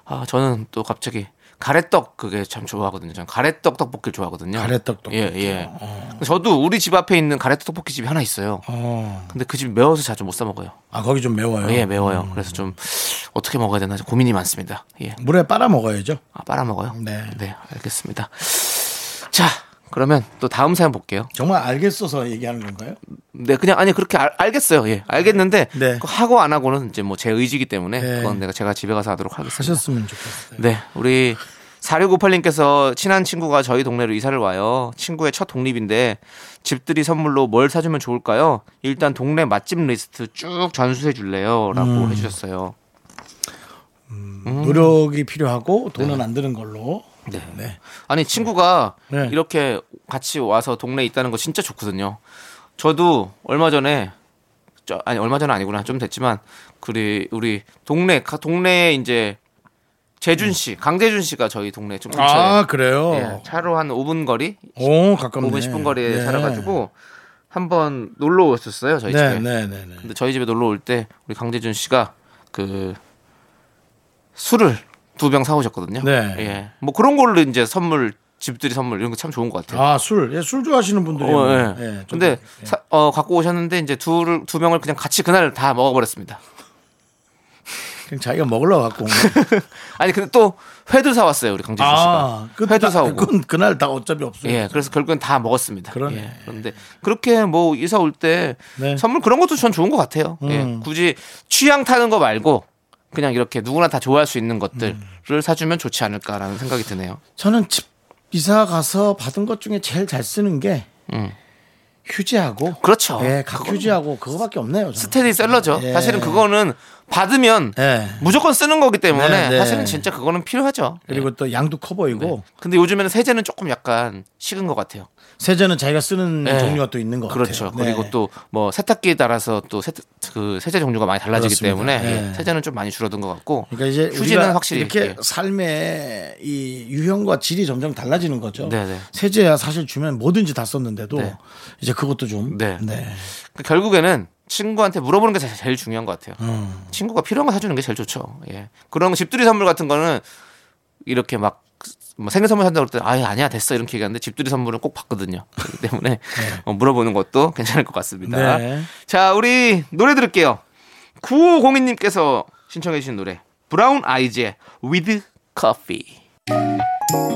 S2: 아, 저는 또 갑자기 가래떡 그게 참 좋아하거든요. 저는 가래떡 떡볶이 좋아하거든요.
S1: 가래떡 떡볶이요?
S2: 예, 예. 저도 우리 집 앞에 있는 가래떡 떡볶이 집이 하나 있어요.
S1: 어,
S2: 근데 그 집 매워서 자주 못 사 먹어요.
S1: 아, 음. 거기 좀 매워요.
S2: 예, 매워요. 그래서 좀 어떻게 먹어야 되나 좀 고민이 많습니다. 예,
S1: 물에 빨아 먹어야죠.
S2: 아, 빨아 먹어요.
S1: 네.
S2: 알겠습니다. 자, 그러면 또 다음 사연 볼게요.
S1: 정말 알겠어서 얘기하는 건가요?
S2: 네, 그냥 아니 그렇게 알, 겠어요 예, 알겠는데
S1: 네.
S2: 그거 하고 안 하고는 이제 뭐 제 의지기 때문에
S1: 네.
S2: 그건 내가 제가 집에 가서 하도록 하겠습니다.
S1: 하셨으면 좋겠어요.
S2: 네, 우리 4698님께서 친한 친구가 저희 동네로 이사를 와요. 친구의 첫 독립인데 집들이 선물로 뭘 사주면 좋을까요? 일단 동네 맛집 리스트 쭉 전수해 줄래요? 라고
S1: 음.
S2: 해주셨어요.
S1: 노력이 필요하고 돈은 안 드는 걸로.
S2: 네.
S1: 네.
S2: 아니 친구가
S1: 네.
S2: 이렇게 같이 와서 동네에 있다는 거 진짜 좋거든요. 저도 얼마 전에 저, 아니 얼마 전 아니구나 좀 됐지만 우리 우리 동네 가- 동네에 이제 재준 씨, 강재준 씨가 저희 동네 좀 근처에
S1: 음. 아, 그래요?
S2: 예, 차로 한 5분 거리,
S1: 오, 가깝네.
S2: 5분 10분 거리에
S1: 네.
S2: 살아가지고 한번 놀러 오셨어요 저희
S1: 네,
S2: 집에.
S1: 네, 네, 네.
S2: 근데 저희 집에 놀러 올 때 우리 강재준 씨가 그 술을 두 병 사오셨거든요.
S1: 네.
S2: 예. 뭐 그런 걸로 이제 선물 집들이 선물 이런 거 참 좋은 것 같아요.
S1: 아, 술. 예, 술 좋아하시는 분들이.
S2: 어, 예.
S1: 예, 저도-
S2: 근데 사- 어, 갖고 오셨는데 이제 둘, 두 명을 그냥 같이 그날 다 먹어버렸습니다.
S1: 그냥 자기가 먹으려고 갖고 온 거.
S2: 아니 근데 또 회도 사왔어요 우리 강재준 씨가.
S1: 아, 그때
S2: 아, 회도
S1: 다-
S2: 사오고.
S1: 그건 그날 다 어차피 없어요.
S2: 예, 그래서 결국엔 다 먹었습니다.
S1: 그렇죠. 그러네.
S2: 예, 그런데 그렇게 뭐 이사 올 때
S1: 네. 음.
S2: 선물 그런 것도 전 좋은 것 같아요. 예, 굳이 취향 타는 거 말고 그냥 이렇게 누구나 다 좋아할 수 있는 것들을
S1: 음.
S2: 사주면 좋지 않을까라는 생각이 드네요.
S1: 저는 집 이사 가서 받은 것 중에 제일 잘 쓰는 게
S2: 음.
S1: 휴지하고
S2: 그렇죠.
S1: 예, 각
S2: 그건
S1: 휴지하고 그거밖에 없네요. 저는.
S2: 스테디 셀러죠.
S1: 예.
S2: 사실은 그거는 받으면
S1: 예.
S2: 무조건 쓰는 거기 때문에
S1: 네, 네.
S2: 사실은 진짜 그거는 필요하죠.
S1: 그리고 또 양도 커 보이고
S2: 예. 근데 요즘에는 세제는 조금 약간 식은 것 같아요.
S1: 세제는 자기가 쓰는
S2: 예.
S1: 종류가 또 있는 것
S2: 그렇죠.
S1: 같아요. 네.
S2: 그리고 또 뭐 세탁기에 따라서 또 세, 그 세제 종류가 많이 달라지기
S1: 그렇습니다.
S2: 때문에
S1: 예.
S2: 예, 세제는 좀 많이 줄어든 것 같고
S1: 그러니까 이제
S2: 휴지는
S1: 우리가
S2: 확실히
S1: 이렇게
S2: 예.
S1: 삶의 이 유형과 질이 점점 달라지는 거죠.
S2: 네네.
S1: 세제야 사실 주면 뭐든지 다 썼는데도
S2: 네.
S1: 이제 그것도 좀
S2: 네.
S1: 네.
S2: 그러니까 결국에는 친구한테 물어보는 게 사- 제일 중요한 것 같아요.
S1: 음.
S2: 친구가 필요한 거 사주는 게 제일 좋죠. 예. 그런 집들이 선물 같은 거는 이렇게 막뭐 생일 선물 산다고 그럴 때 아예 아니야 됐어 이렇게 얘기하는데 집들이 선물은 꼭 받거든요. 그렇기 때문에 어, 물어보는 것도 괜찮을 것 같습니다.
S1: 네.
S2: 자 우리 노래 들을게요. 9502님께서 신청해 주신 노래 브라운 아이즈의 With Coffee.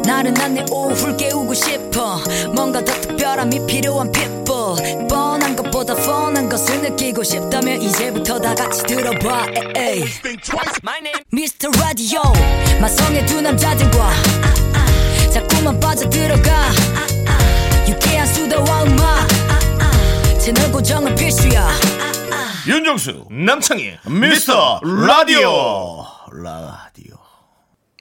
S4: 나른한 내 오후를 깨우고 싶어 뭔가 더 특별함이 필요한 people 뻔한 것보다 뻔한 것을 느끼고 싶다면 이제부터 다 같이 들어봐 에이. Mr. Radio 마성의 두 남자들과 자꾸만 빠져들어가 유쾌한 수다와 음악 채널 고정은 필수야
S5: 윤정수 남창희
S1: 미스터 라디오 라디오.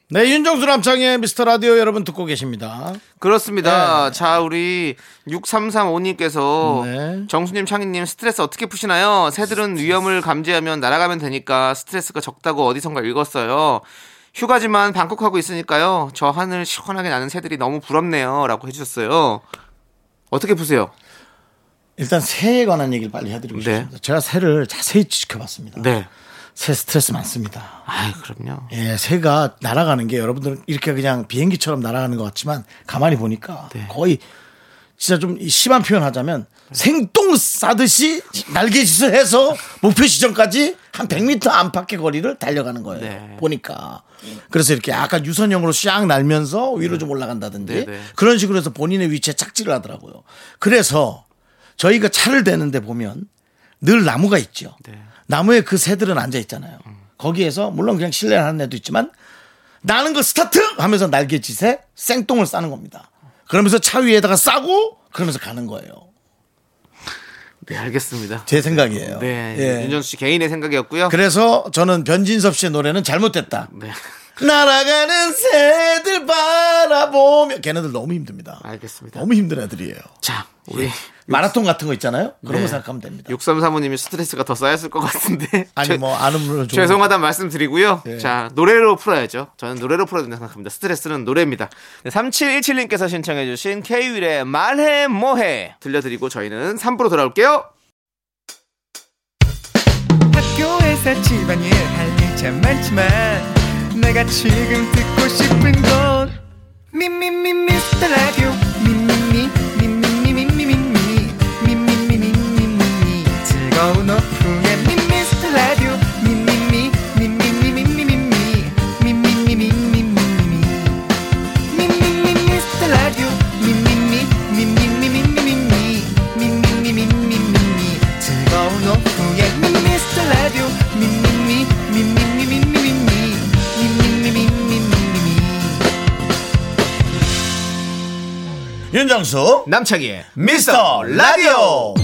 S1: 네, 윤정수 남창의 미스터 라디오 여러분 듣고 계십니다.
S2: 그렇습니다. 자, 우리 6335님께서
S1: 네.
S2: 정수님, 창희님 스트레스 어떻게 푸시나요? 새들은 위험을 감지하면 날아가면 되니까 스트레스가 적다고 어디선가 읽었어요. 휴가지만 방콕하고 있으니까요. 저 하늘 시원하게 나는 새들이 너무 부럽네요. 라고 해주셨어요. 어떻게 푸세요?
S1: 일단 새에 관한 얘기를 빨리 해드리고
S2: 네.
S1: 싶습니다. 제가 새를 자세히 지켜봤습니다.
S2: 네.
S1: 새 스트레스 많습니다.
S2: 아이, 그럼요.
S1: 예, 새가
S2: 네.
S1: 날아가는 게 여러분들은 이렇게 그냥 비행기처럼 날아가는 것 같지만 가만히 보니까 거의 진짜 좀이 심한 표현하자면 생똥 싸듯이 날개짓을 해서 목표 지점까지 한 100m 안팎의 거리를 달려가는 거예요.
S2: 네.
S1: 보니까. 그래서 이렇게 약간 유선형으로 샥 날면서 위로 좀 올라간다든지
S2: 네, 네.
S1: 그런 식으로 해서 본인의 위치에 착지를 하더라고요. 그래서 저희가 차를 대는데 보면 늘 나무가 있죠.
S2: 네.
S1: 나무에 그 새들은 앉아 있잖아요.
S2: 음.
S1: 거기에서 물론 그냥 실내를 하는 애도 있지만 나는 그 스타트 하면서 날개짓에 생똥을 싸는 겁니다. 그러면서 차 위에다가 싸고 그러면서 가는 거예요.
S2: 네, 알겠습니다.
S1: 제 생각이에요.
S2: 네,
S1: 예.
S2: 윤정수 씨 개인의 생각이었고요.
S1: 그래서 저는 변진섭 씨의 노래는 잘못됐다.
S2: 네,
S1: 날아가는 새들 바라보며 걔네들 너무 힘듭니다.
S2: 알겠습니다.
S1: 너무 힘든 애들이에요.
S2: 자,
S1: 예.
S2: 우리
S1: 마라톤 같은 거 있잖아요. 그런
S2: 네.
S1: 거 생각하면 됩니다.
S2: 6335님이 스트레스가 더 쌓였을 것 같은데.
S1: 아니
S2: 죄-
S1: 뭐 아는 분은 좀
S2: 죄송하다 말씀드리고요.
S1: 예.
S2: 자, 노래로 풀어야죠. 저는 노래로 풀어야 된다고 생각합니다. 스트레스는 노래입니다. 네, 3717님께서 신청해주신 케이윌의 말해 뭐해 들려드리고 저희는 3부로 돌아올게요.
S6: 학교에서 집안일 할 일 참 많지만 내가 지금 듣고 싶은 건 미미미 미스터 라디오 미미미 미미미 미미미 미미미 미미미 즐거운 오후에 미스터 라디오 미미미 미미미 미미미 미미미 미미미 미미미 미스터 라디오 미미미 미미미 미미미 미미미 미미미 즐거운 오후에 미스터 라디오 미미미 미미미 미미미 미미미 미미미
S1: 윤정수
S2: 남창희의
S1: 미스터 라디오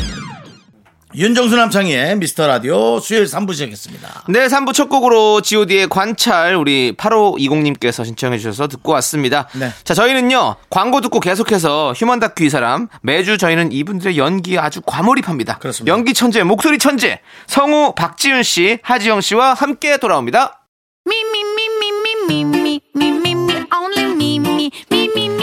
S1: 윤정수 남창희의 미스터 라디오 수요일 3부 시작했습니다.
S2: 네, 3부 첫 곡으로 GOD의 관찰 우리 8520님께서 신청해 주셔서 듣고 왔습니다.
S1: 네.
S2: 자, 저희는요. 광고 듣고 계속해서 휴먼 다큐 이 사람 매주 저희는 이분들의 연기에 아주 과몰입합니다.
S1: 그렇습니다.
S2: 연기 천재, 목소리 천재 성우 박지윤 씨, 하지영 씨와 함께 돌아옵니다.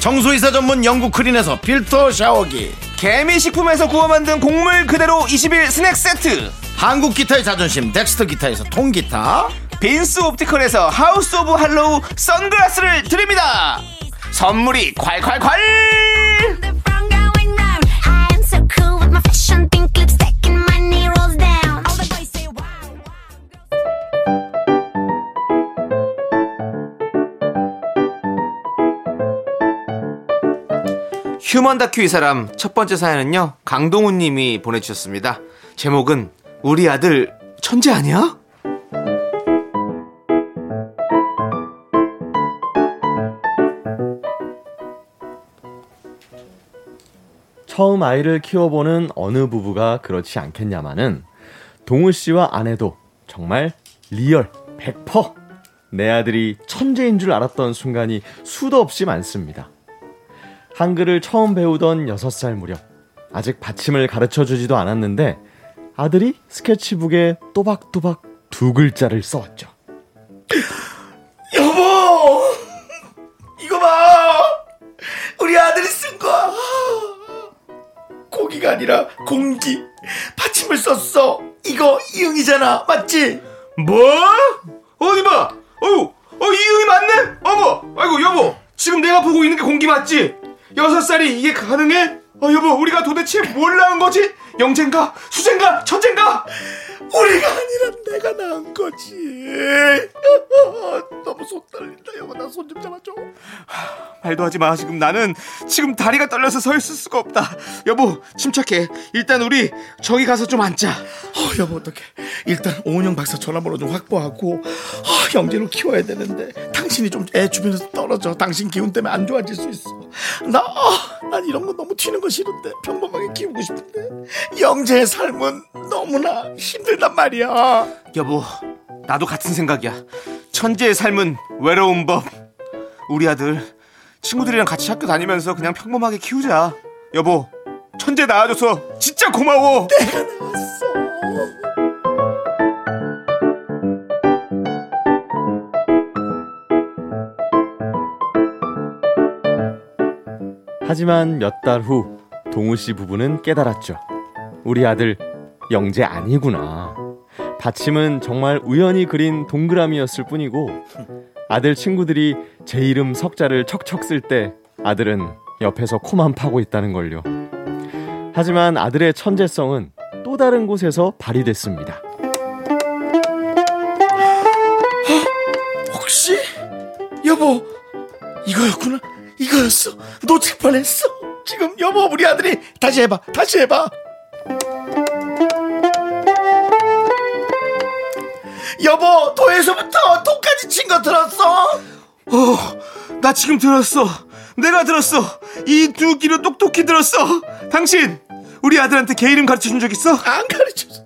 S1: 청소이사 전문 영국 크린에서 필터 샤워기
S2: 개미식품에서 구워 만든 곡물 그대로 20일 스낵 세트
S1: 한국 기타의 자존심 덱스터 기타에서 통기타
S2: 빈스 옵티컬에서 하우스 오브 할로우 선글라스를 드립니다 선물이 콸콸콸 휴먼 다큐 이 사람 첫 번째 사연은요 강동우 님이 보내주셨습니다 제목은 우리 아들 천재 아니야?
S7: 처음 아이를 키워보는 어느 부부가 그렇지 않겠냐마는 동우 씨와 아내도 정말 리얼 100%내 아들이 천재인 줄 알았던 순간이 수도 없이 많습니다. 한글을 처음 배우던 6살 무렵 아직 받침을 가르쳐 주지도 않았는데 아들이 스케치북에 또박또박 두 글자를 써왔죠.
S1: 여보 이거 봐 우리 아들이 쓴 거야 고기가 아니라 공기 받침을 썼어 이거 이응이잖아 맞지?
S2: 뭐? 어디 봐! 어우! 어, 이응이 맞네? 어머! 아이고, 여보! 지금 내가 보고 있는 게 공기 맞지? 여섯 살이 이게 가능해? 어, 여보, 우리가 도대체 뭘 낳은 거지? 영젠가? 수젠가? 천젠가?
S1: 우리가 아니라 내가 낳은 거지 아, 너무 손 떨린다 여보 나 손 좀 잡아줘
S2: 말도 하지 마, 지금 나는 지금 다리가 떨려서 서 있을 수가 없다. 여보, 침착해. 일단 우리 저기 가서 좀 앉자.
S1: 어, 여보 어떡해 일단 오은영 박사 전화번호 좀 확보하고 어, 영재를 키워야 되는데 당신이 좀 애 주변에서 떨어져 당신 기운 때문에 안 좋아질 수 있어 나, 어, 난 이런 거 너무 튀는 거 싫은데 평범하게 키우고 싶은데 영재의 삶은 너무나 힘들단 말이야
S2: 여보, 나도 같은 생각이야. 천재의 삶은 외로운 법. 우리 아들 친구들이랑 같이 학교 다니면서 그냥 평범하게 키우자. 여보, 천재 낳아줘서 진짜 고마워.
S7: 하지만 몇 달 후 동우 씨 부부는 깨달았죠. 우리 아들 영재 아니구나. 받침은 정말 우연히 그린 동그라미였을 뿐이고 아들 친구들이 제 이름 석자를 척척 쓸 때 아들은 옆에서 코만 파고 있다는 걸요. 하지만 아들의 천재성은 또 다른 곳에서 발휘됐습니다.
S1: 혹시 여보 이거였구나 이거였어 놓칠 뻔했어 지금 여보 우리 아들이 다시 해봐 다시 해봐 여보 도에서부터 도까지 친 거 들었어
S2: 어, 나 지금 들었어. 내가 들었어. 이 두 귀로 똑똑히 들었어. 당신, 우리 아들한테 개 이름 가르쳐 준 적 있어?
S1: 안 가르쳐줬어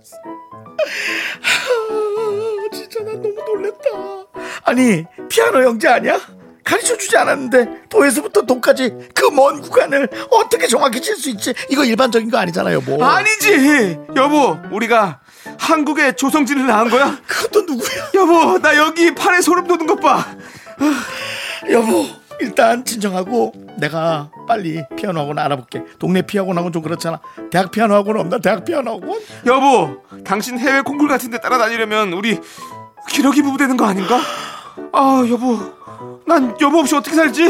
S1: 아, 진짜 나 너무 놀랬다 아니 피아노 영재 아니야? 가르쳐주지 않았는데 도에서부터 도까지 그 먼 구간을 어떻게 정확히 칠 수 있지 이거 일반적인 거 아니잖아요 여보
S2: 아니지! 여보, 우리가 한국의 조성진을 낳은 거야?
S1: 그것도 누구야
S2: 여보, 나 여기 팔에 소름 돋는 것 봐.
S1: 여보 일단 진정하고 내가 빨리 피아노 학원 알아볼게 동네 피아노 학원 좀 그렇잖아 대학 피아노 학원 없나 대학 피아노 학원
S2: 여보, 당신 해외 콩쿨 같은 데 따라다니려면 우리 기러기 부부 되는 거 아닌가? 아, 여보. 난 여보 없이 어떻게 살지?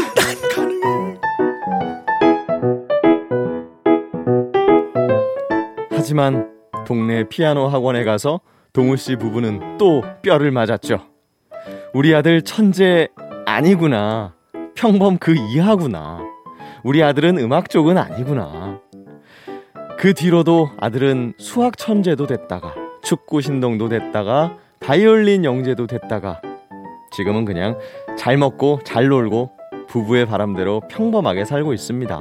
S7: 하지만 동네 피아노 학원에 가서 동우 씨 부부는 또 뼈를 맞았죠. 우리 아들 천재 아니구나. 평범 그 이하구나. 우리 아들은 음악 쪽은 아니구나. 그 뒤로도 아들은 수학 천재도 됐다가 축구 신동도 됐다가 바이올린 영재도 됐다가 지금은 그냥 잘 먹고 잘 놀고 부부의 바람대로 평범하게 살고 있습니다.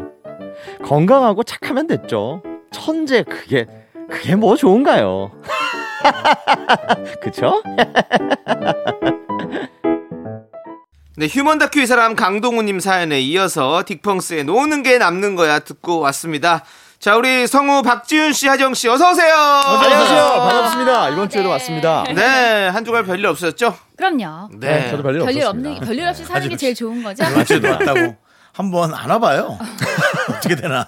S7: 건강하고 착하면 됐죠. 천재 그게 그게 뭐 좋은가요? 그쵸?
S2: 네, 휴먼 다큐 이 사람 강동우님 사연에 이어서 딕펑스의 노는 게 남는 거야 듣고 왔습니다. 자, 우리 성우 박지윤 씨, 하정 씨, 어서 오세요.
S7: 아, 안녕하세요. 반갑습니다. 이번 주에도
S8: 네.
S7: 왔습니다.
S2: 네, 한 주간 별일 없었죠?
S8: 그럼요.
S7: 네, 저도 별일
S8: 별일
S7: 없었습니다.
S8: 없는 별일 없이 사는 게 제일 좋은 거죠.
S1: 맞지도 않다고 한번 안 와봐요 어떻게 되나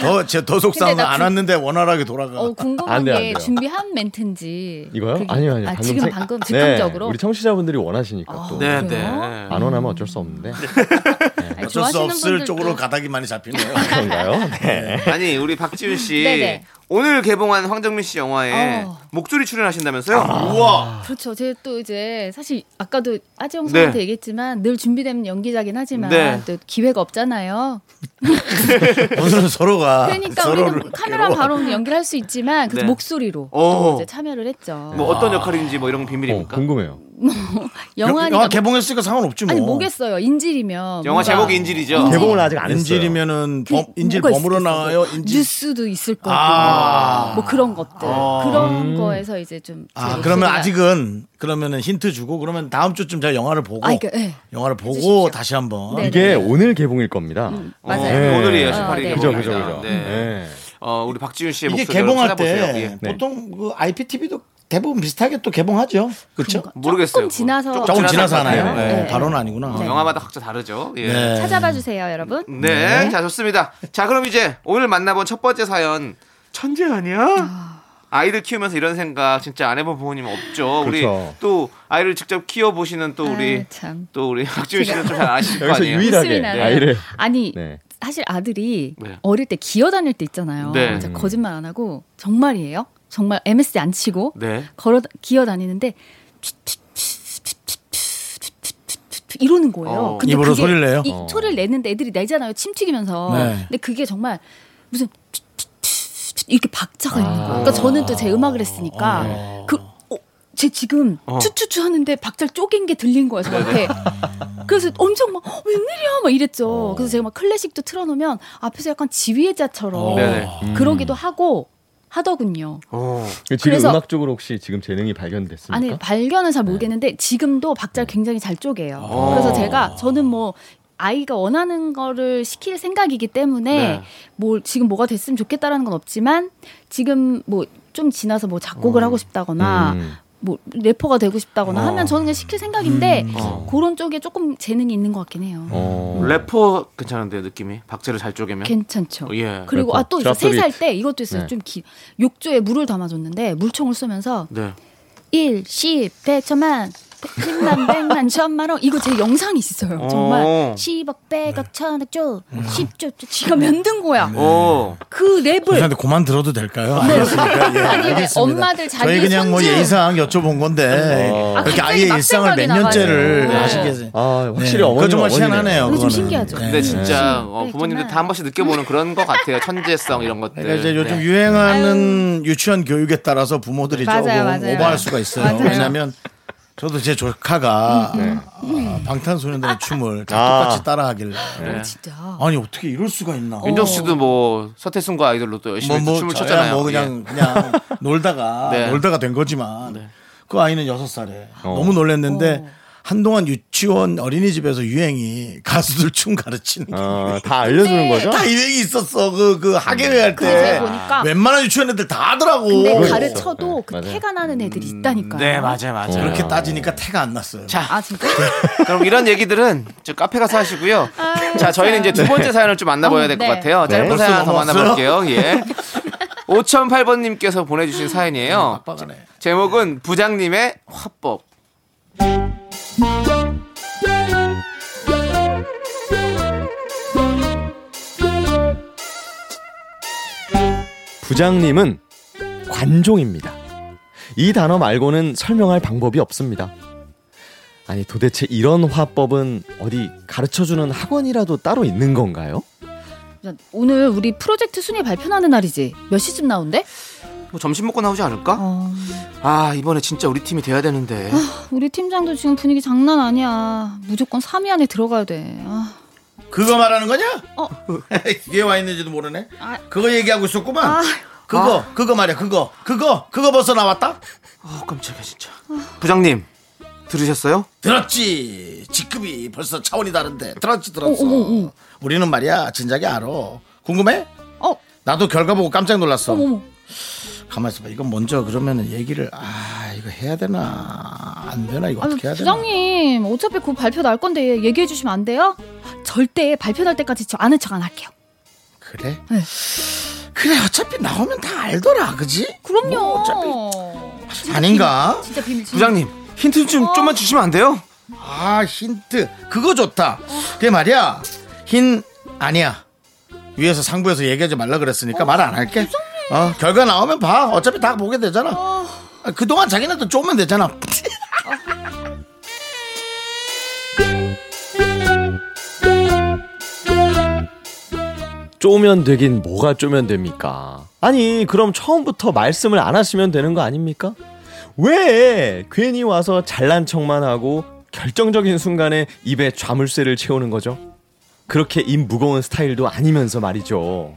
S1: 더, 제, 더 속상한
S8: 근데 나그
S1: 안
S8: 진-
S1: 왔는데 원활하게 돌아가
S8: 어, 궁금한
S7: 안 돼, 안
S8: 게
S7: 돼요.
S8: 준비한 멘트인지.
S7: 이거요?
S8: 그게-
S7: 아니요, 아니요.
S8: 아, 지금
S7: 생-
S8: 방금
S7: 네,
S8: 즉흥적으로. 아,
S7: 우리 청취자분들이 원하시니까 또.
S2: 네,
S8: 그래요?
S2: 네.
S7: 안 원하면 어쩔 수 없는데.
S8: 아니,
S1: 어쩔 수
S8: 뭐 좋아하시는
S1: 없을
S8: 분들도- 아,
S1: 쪽으로 가닥이 많이 잡히네요
S7: 그런가요? 네.
S2: 아니, 우리 박지윤 씨.
S8: 네네.
S2: 오늘 개봉한 황정민 씨 영화에
S8: 어.
S2: 목소리 출연하신다면서요?
S7: 아.
S2: 우와.
S8: 그렇죠. 제가 또 이제 사실 아까도 아지영 선한테
S2: 네.
S8: 얘기했지만 늘 준비된 연기자긴 하지만
S2: 네.
S8: 또 기회가 없잖아요.
S1: 오늘은
S2: 아,
S1: 서로가
S8: 그러니까
S1: 서로를
S8: 우리는 카메라
S1: 괴로워.
S8: 바로 연기를 할 수 있지만 그
S2: 뭐. 네.
S8: 목소리로
S2: 오.
S8: 또 어, 이제 참여를 했죠.
S2: 어. 뭐 어떤 역할인지 뭐 이런 건
S7: 아.
S8: 네.
S7: 어,
S2: 비밀입니까?
S7: 궁금해요.
S8: 영화니까 뭐.
S1: 영화 개봉했으니까 상관없지 뭐
S8: 아니 뭐겠어요. 인질이면
S2: 아, 영화
S8: 뭔가
S2: 제목이 인질이죠.
S7: 개봉을 아직 안 했어요.
S1: 인질이면은
S8: 그
S1: 범, 인질
S8: 뭐가
S1: 범으로
S8: 있을
S1: 나와요
S8: 거고,
S1: 인질
S8: 뉴스도 있을 거고
S1: 아.
S8: 뭐 그런 것들
S2: 어.
S8: 그런 거에서 이제 좀제
S1: 아, 그러면
S8: 목소리가-
S1: 아직은 그러면은 힌트 주고 그러면 다음 주쯤 제가 영화를 보고
S8: 아, 그러니까, 예.
S1: 영화를 보고
S8: 해주십시오.
S1: 다시 한번
S8: 네.
S7: 이게 오늘 개봉일 겁니다.
S8: 맞아요.
S7: 네.
S2: 오늘이에요,
S7: 어,
S2: 18일.
S8: 네.
S7: 그죠, 그죠, 그죠.
S2: 네.
S7: 네.
S2: 어, 우리 박지윤 씨의
S1: 이게
S2: 목소리
S1: 개봉할 때
S2: 찾아보세요. 예.
S7: 네.
S1: 보통 그 IPTV도 대부분 비슷하게 또 개봉하죠. 그렇죠?
S2: 모르겠어요.
S8: 조금 지나서
S2: 조금
S1: 조금 지나서
S2: 지나서
S1: 하나요?
S2: 하나요?
S1: 네.
S8: 네.
S1: 바로는 아니구나.
S2: 어, 영화마다 각자 다르죠. 예.
S1: 네.
S8: 찾아봐 주세요, 여러분.
S2: 네, 자 좋습니다. 자 그럼 이제 오늘 만나본 첫 번째 사연 천재 아니야? 아이들 키우면서 이런 생각 진짜 안 해본 부모님 없죠. 우리
S7: 그렇죠.
S2: 또 아이를 직접 키워 보시는 또 우리
S8: 아유, 참.
S2: 또 우리 박지윤 씨는 좀 잘 아실 거
S7: 여기서
S2: 아니에요.
S7: 유일하게
S8: 웃음이 나네요.
S7: 아이를
S8: 아니
S7: 네.
S8: 사실 아들이
S2: 네.
S8: 어릴 때 기어 다닐 때 있잖아요.
S2: 네.
S8: 진짜 거짓말 안 하고 정말이에요. 정말 MSG 안 치고
S2: 네.
S8: 걸어 기어 다니는데 이러는 거예요.
S2: 어.
S1: 입으로
S8: 그게
S1: 소리를 내요?
S8: 이
S7: 어.
S8: 소리를 내는데 애들이 내잖아요. 침 튀기면서.
S1: 네.
S8: 근데 그게 정말 무슨 이렇게
S2: 아.
S8: 박자가 있는 거예요. 그러니까 저는 또 제 음악을 했으니까 그 어, 제 지금
S2: 어.
S8: 추추추 하는데 박자를 쪼갠 게 들린 거예요 저한테. 그래서 엄청 막 어, 웬일이야 막 이랬죠. 그래서 제가 막 클래식도 틀어놓으면 앞에서 약간 지휘자처럼
S2: 어. 네네.
S8: 그러기도 하고 하더군요.
S7: 지금
S8: 그래서-
S7: 음악 쪽으로 혹시 지금 재능이 발견됐습니까? 음.
S8: 아니 발견은 잘 모르겠는데 지금도 박자를 굉장히 잘 쪼개요. 그래서 제가 저는 뭐 아이가 원하는 거를 시킬 생각이기 때문에
S2: 네.
S8: 뭘 지금 뭐가 됐으면 좋겠다라는 건 없지만 지금 뭐 좀 지나서 뭐 작곡을 하고 싶다거나
S7: 음.
S8: 뭐 래퍼가 되고 싶다거나
S7: 어.
S8: 하면 저는 그냥 시킬 생각인데
S2: 어.
S8: 그런 쪽에 조금 재능이 있는 것 같긴 해요.
S7: 어.
S2: 래퍼 괜찮은데 느낌이 박자를 잘 쪼개면.
S8: 괜찮죠.
S2: 네. 예.
S8: 그리고
S7: 래퍼.
S8: 아 또 세
S7: 잡소리.
S8: 살 때 이것도 있어요.
S7: 네.
S8: 좀 기, 욕조에 물을 담아줬는데 물총을 쏘면서
S2: 네.
S8: 1, 10, 100, 천만, 10만, 100만, 1000만 원 이거 제 영상이 있어요. 네.
S2: 어.
S8: 정말 10억, 100억, 1000억, 조, 10조, 조 지가 만든 거야.
S2: 오.
S8: 그 랩을
S1: 죄송한데 그만 들어도 될까요? 알겠습니까? 예,
S8: 네. 아니, 왜
S1: 알겠습니다.
S8: 엄마들 자기
S1: 저희 그냥 뭐
S8: 손주-
S1: 예의상 여쭤본 건데
S8: 아,
S1: 그렇게
S8: 갑자기
S1: 아이의
S8: 막
S1: 일상을 몇
S8: 생각이
S1: 년째를
S8: 나가지고.
S1: 하신
S2: 네.
S1: 게 있어요.
S7: 아
S1: 네.
S7: 확실히
S1: 그거
S7: 어머니
S1: 좀 희한하네요.
S8: 그거 좀
S1: 그거는.
S8: 신기하죠.
S1: 네.
S2: 근데 진짜 어,
S8: 네,
S2: 부모님들
S8: 정말.
S2: 다 한 번씩 느껴보는 그런 것 같아요. 천재성 이런 것들.
S1: 그러니까 이제 요즘
S2: 네.
S1: 유행하는 유치원 교육에 따라서 부모들이
S8: 맞아요,
S1: 조금
S8: 맞아요.
S1: 오버할 수가 있어요.
S8: 맞아요. 음,
S1: 왜냐하면 저도 제 조카가 아, 방탄소년단의 춤을 다
S7: 아.
S1: 똑같이 따라하길래
S2: 네.
S8: 어, 진짜
S1: 아니 어떻게 이럴 수가 있나?
S2: 윤정수 씨도 뭐 서태순과 아이돌로 또 열심히 또 춤을
S1: 저야
S2: 췄잖아요. 예.
S1: 뭐 그냥 그냥 놀다가
S2: 네.
S1: 놀다가 된 거지만 그 아이는 여섯 살에
S7: 어.
S1: 너무 놀랐는데 한동안 유치원 어린이집에서 유행이 가수들 춤 가르치는 게
S7: 어, 다
S8: 네.
S7: 알려주는 거죠?
S1: 다 유행이 있었어 그 그 학예회 할
S8: 그거 제가
S1: 때
S8: 보니까
S1: 웬만한 유치원 애들 다 하더라고
S8: 근데
S7: 그거
S8: 가르쳐도
S7: 있어.
S8: 그
S7: 맞아요.
S8: 태가 나는 애들이 있다니까요.
S2: 네 맞아요 맞아요.
S1: 그렇게 따지니까 태가 안 났어요
S2: 자
S8: 아 진짜?
S2: 그럼 이런 얘기들은 저 카페 가서 하시고요. 자, 저희는 이제 두 번째 사연을 좀 만나봐야 될 것
S8: 네.
S2: 같아요.
S7: 네.
S2: 짧은
S7: 벌써
S2: 사연 하나 더
S1: 넘어왔어요?
S2: 만나볼게요. 예. 5008번님께서 보내주신 사연이에요.
S1: 빡빡하네
S2: 제목은 부장님의 화법.
S7: 부장님은 관종입니다. 이 단어 말고는 설명할 방법이 없습니다. 아니 도대체 이런 화법은 어디 가르쳐주는 학원이라도 따로 있는 건가요?
S8: 오늘 우리 프로젝트 순위 발표하는 날이지. 몇 시쯤 나온대?
S2: 뭐 점심 먹고 나오지 않을까?
S8: 어,
S2: 아, 이번에 진짜 우리 팀이 돼야 되는데.
S8: 우리 팀장도 지금 분위기 장난 아니야. 무조건 3위 안에 들어가야 돼. 아,
S1: 그거 말하는 거냐?
S8: 어.
S1: 뒤에 와 있는지도 모르네
S8: 아.
S1: 그거 얘기하고 있었구만
S8: 아.
S1: 그거 그거 말이야 그거 그거 그거 벌써 나왔다?
S2: 어, 깜짝이야, 진짜. 부장님, 들으셨어요?
S1: 들었지 직급이 벌써 차원이 다른데 들었지 들었어
S8: 오, 오, 오.
S1: 우리는 말이야 진작에 알아 궁금해?
S8: 어,
S1: 나도 결과 보고 깜짝 놀랐어
S8: 어머,
S1: 가만 있어봐 이건 먼저 그러면은 얘기를 아 이거 해야 되나 안 되나 이거
S8: 아,
S1: 어떻게 해야 되나
S8: 부장님, 어차피 곧 발표 날 건데 얘기해 주시면 안 돼요? 절대 발표 날 때까지 저 아는 척 안 할게요.
S1: 그래?
S8: 네.
S1: 그래 어차피 나오면 다 알더라 그지?
S8: 그럼요.
S1: 뭐
S8: 진짜
S1: 어차피
S8: 비밀,
S1: 아닌가?
S8: 진짜 비밀. 진짜.
S2: 부장님, 힌트 좀,
S8: 어.
S2: 좀만 주시면 안 돼요?
S1: 아 힌트 그거 좋다 그게 말이야 흰 아니야 위에서 상부에서 얘기하지 말라 그랬으니까 말 안 할게 어, 결과 나오면 봐 어차피 다 보게 되잖아 아, 그동안 자기네도 쪼면 되잖아
S7: 쪼면 되긴 뭐가 쪼면 됩니까? 아니 그럼 처음부터 말씀을 안 하시면 되는 거 아닙니까? 왜 괜히 와서 잘난 척만 하고 결정적인 순간에 입에 좌물쇠를 채우는 거죠? 그렇게 입 무거운 스타일도 아니면서 말이죠.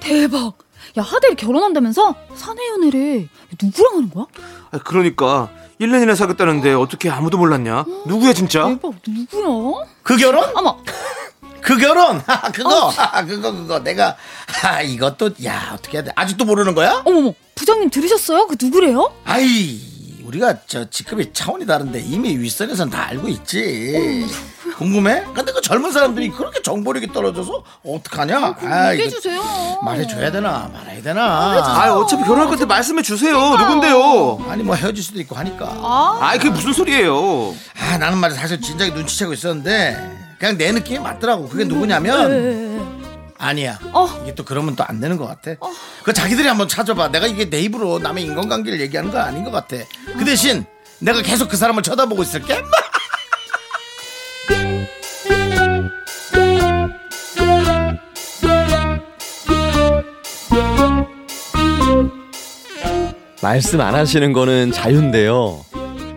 S8: 대박. 야, 하델이 결혼한다면서 사내 연애를 누구랑 하는 거야?
S2: 아, 그러니까. 1년이나 사귀었다는데 어떻게 아무도 몰랐냐? 누구야, 진짜?
S8: 대박. 누구야?
S1: 그 결혼?
S8: 어머.
S1: 그 결혼? 아, 그거 아, 그거 그거 내가 아, 이것도 야 어떻게 해야 돼 아직도 모르는 거야?
S8: 어머머. 부장님 들으셨어요? 그 누구래요?
S1: 아이 우리가 저 직급이 차원이 다른데 이미 윗선에선 다 알고 있지
S8: 어,
S1: 궁금해? 근데 그 젊은 사람들이 그렇게 정보력이 떨어져서 어떡하냐 아,
S8: 얘기해
S1: 이거
S8: 주세요.
S1: 말해줘야 되나 말아야 되나
S2: 아, 어차피 결혼할 건데 말씀해 주세요. 누군데요?
S1: 아니 뭐 헤어질 수도 있고 하니까
S8: 아,
S2: 아이 그게 무슨 소리예요?
S1: 아 나는 말이 사실 진작에 눈치채고 있었는데 그냥 내 느낌이 맞더라고 그게 누구냐면
S8: 네.
S1: 아니야
S8: 어.
S1: 이게 또 그러면 또 안 되는 것 같아 그 자기들이 한번 찾아봐 내가 이게 내 입으로 남의 인간관계를 얘기하는 건 아닌 것 같아 그 대신 내가 계속 그 사람을 쳐다보고 있을게
S7: 말씀 안 하시는 거는 자유인데요.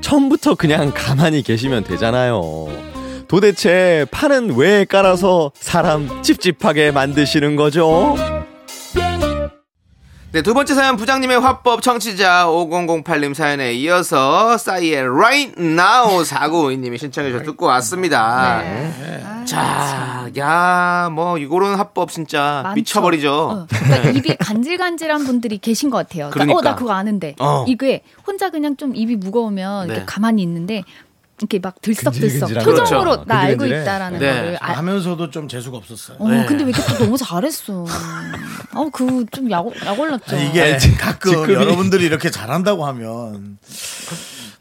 S7: 처음부터 그냥 가만히 계시면 되잖아요. 도대체 판은 왜 깔아서 사람 찝찝하게 만드시는 거죠?
S2: 네, 두 번째 사연 부장님의 화법 청취자 5008님 사연에 이어서 싸이의 Right Now 4952님이 신청해 주셔서 듣고 왔습니다.
S8: 네.
S2: 자, 야, 뭐 이거는 화법 진짜
S8: 많죠.
S2: 미쳐버리죠.
S8: 어, 그러니까 입이 간질간질한 분들이 계신 것 같아요.
S2: 그러니까.
S8: 어, 나 그거 아는데.
S2: 어.
S8: 이게 혼자 그냥 좀 입이 무거우면
S2: 네.
S8: 이렇게 가만히 있는데 이렇게 막 들썩들썩
S7: 근질근질한
S8: 표정으로
S7: 거죠.
S8: 나 알고
S7: 근질근질해.
S8: 있다라는
S2: 네.
S8: 거를 아,
S1: 하면서도 좀 재수가 없었어요.
S8: 어, 근데 왜 이렇게 또 너무 잘했어. 어, 그 좀 약, 약올랐죠.
S1: 아니, 이게 가끔 여러분들이 이렇게 잘한다고 하면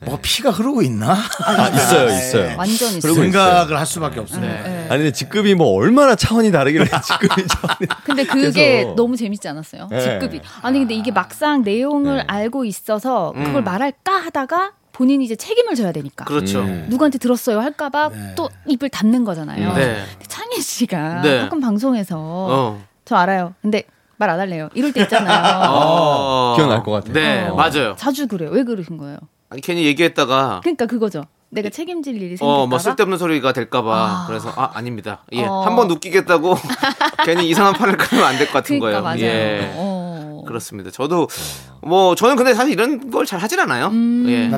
S1: 뭐 피가 흐르고 있나
S7: 아, 있어요, 있어요.
S8: 완전 있어.
S7: 그리고-
S1: 생각을 할 수밖에 없습니다.
S8: 예.
S7: 아니 근데 직급이 뭐 얼마나 차원이 다르길래 직급이 차원이
S8: 근데 그게
S7: 그래서-
S8: 너무 재밌지 않았어요?
S2: 예.
S7: 네.
S8: 직급이. 아니, 근데 이게 막상 내용을
S7: 네.
S8: 알고 있어서 그걸 말할까 하다가 본인이 이제 책임을 져야
S2: 음.
S8: 되니까.
S2: 그렇죠.
S7: 음.
S8: 누구한테 들었어요 할까봐 또 입을 닫는 거잖아요.
S2: 네.
S8: 근데 창희 씨가
S2: 네.
S8: 가끔 방송에서
S2: 어.
S8: 저 알아요. 근데 말 안 할래요. 이럴 때 있잖아요.
S2: 어.
S7: 기억날 것 같아요.
S2: 네,
S8: 어.
S2: 맞아요.
S8: 자주 그래요. 왜 그러신 거예요?
S2: 아니, 괜히 얘기했다가
S8: 그러니까 그거죠. 내가 책임질 일이 생길까
S2: 어,
S8: 봐.
S2: 뭐 쓸데없는 소리가 될까봐
S8: 아.
S2: 그래서 아 아닙니다. 예,
S8: 어.
S2: 한 번 웃기겠다고 괜히 이상한 판을 깔면 안 될 것 같은 거예요.
S8: 그러니까 맞아요.
S2: 예.
S8: 어.
S2: 그렇습니다. 저도
S7: 어.
S2: 뭐 저는 근데 사실 이런 걸 잘 하진 않아요.
S8: 음.
S2: 예.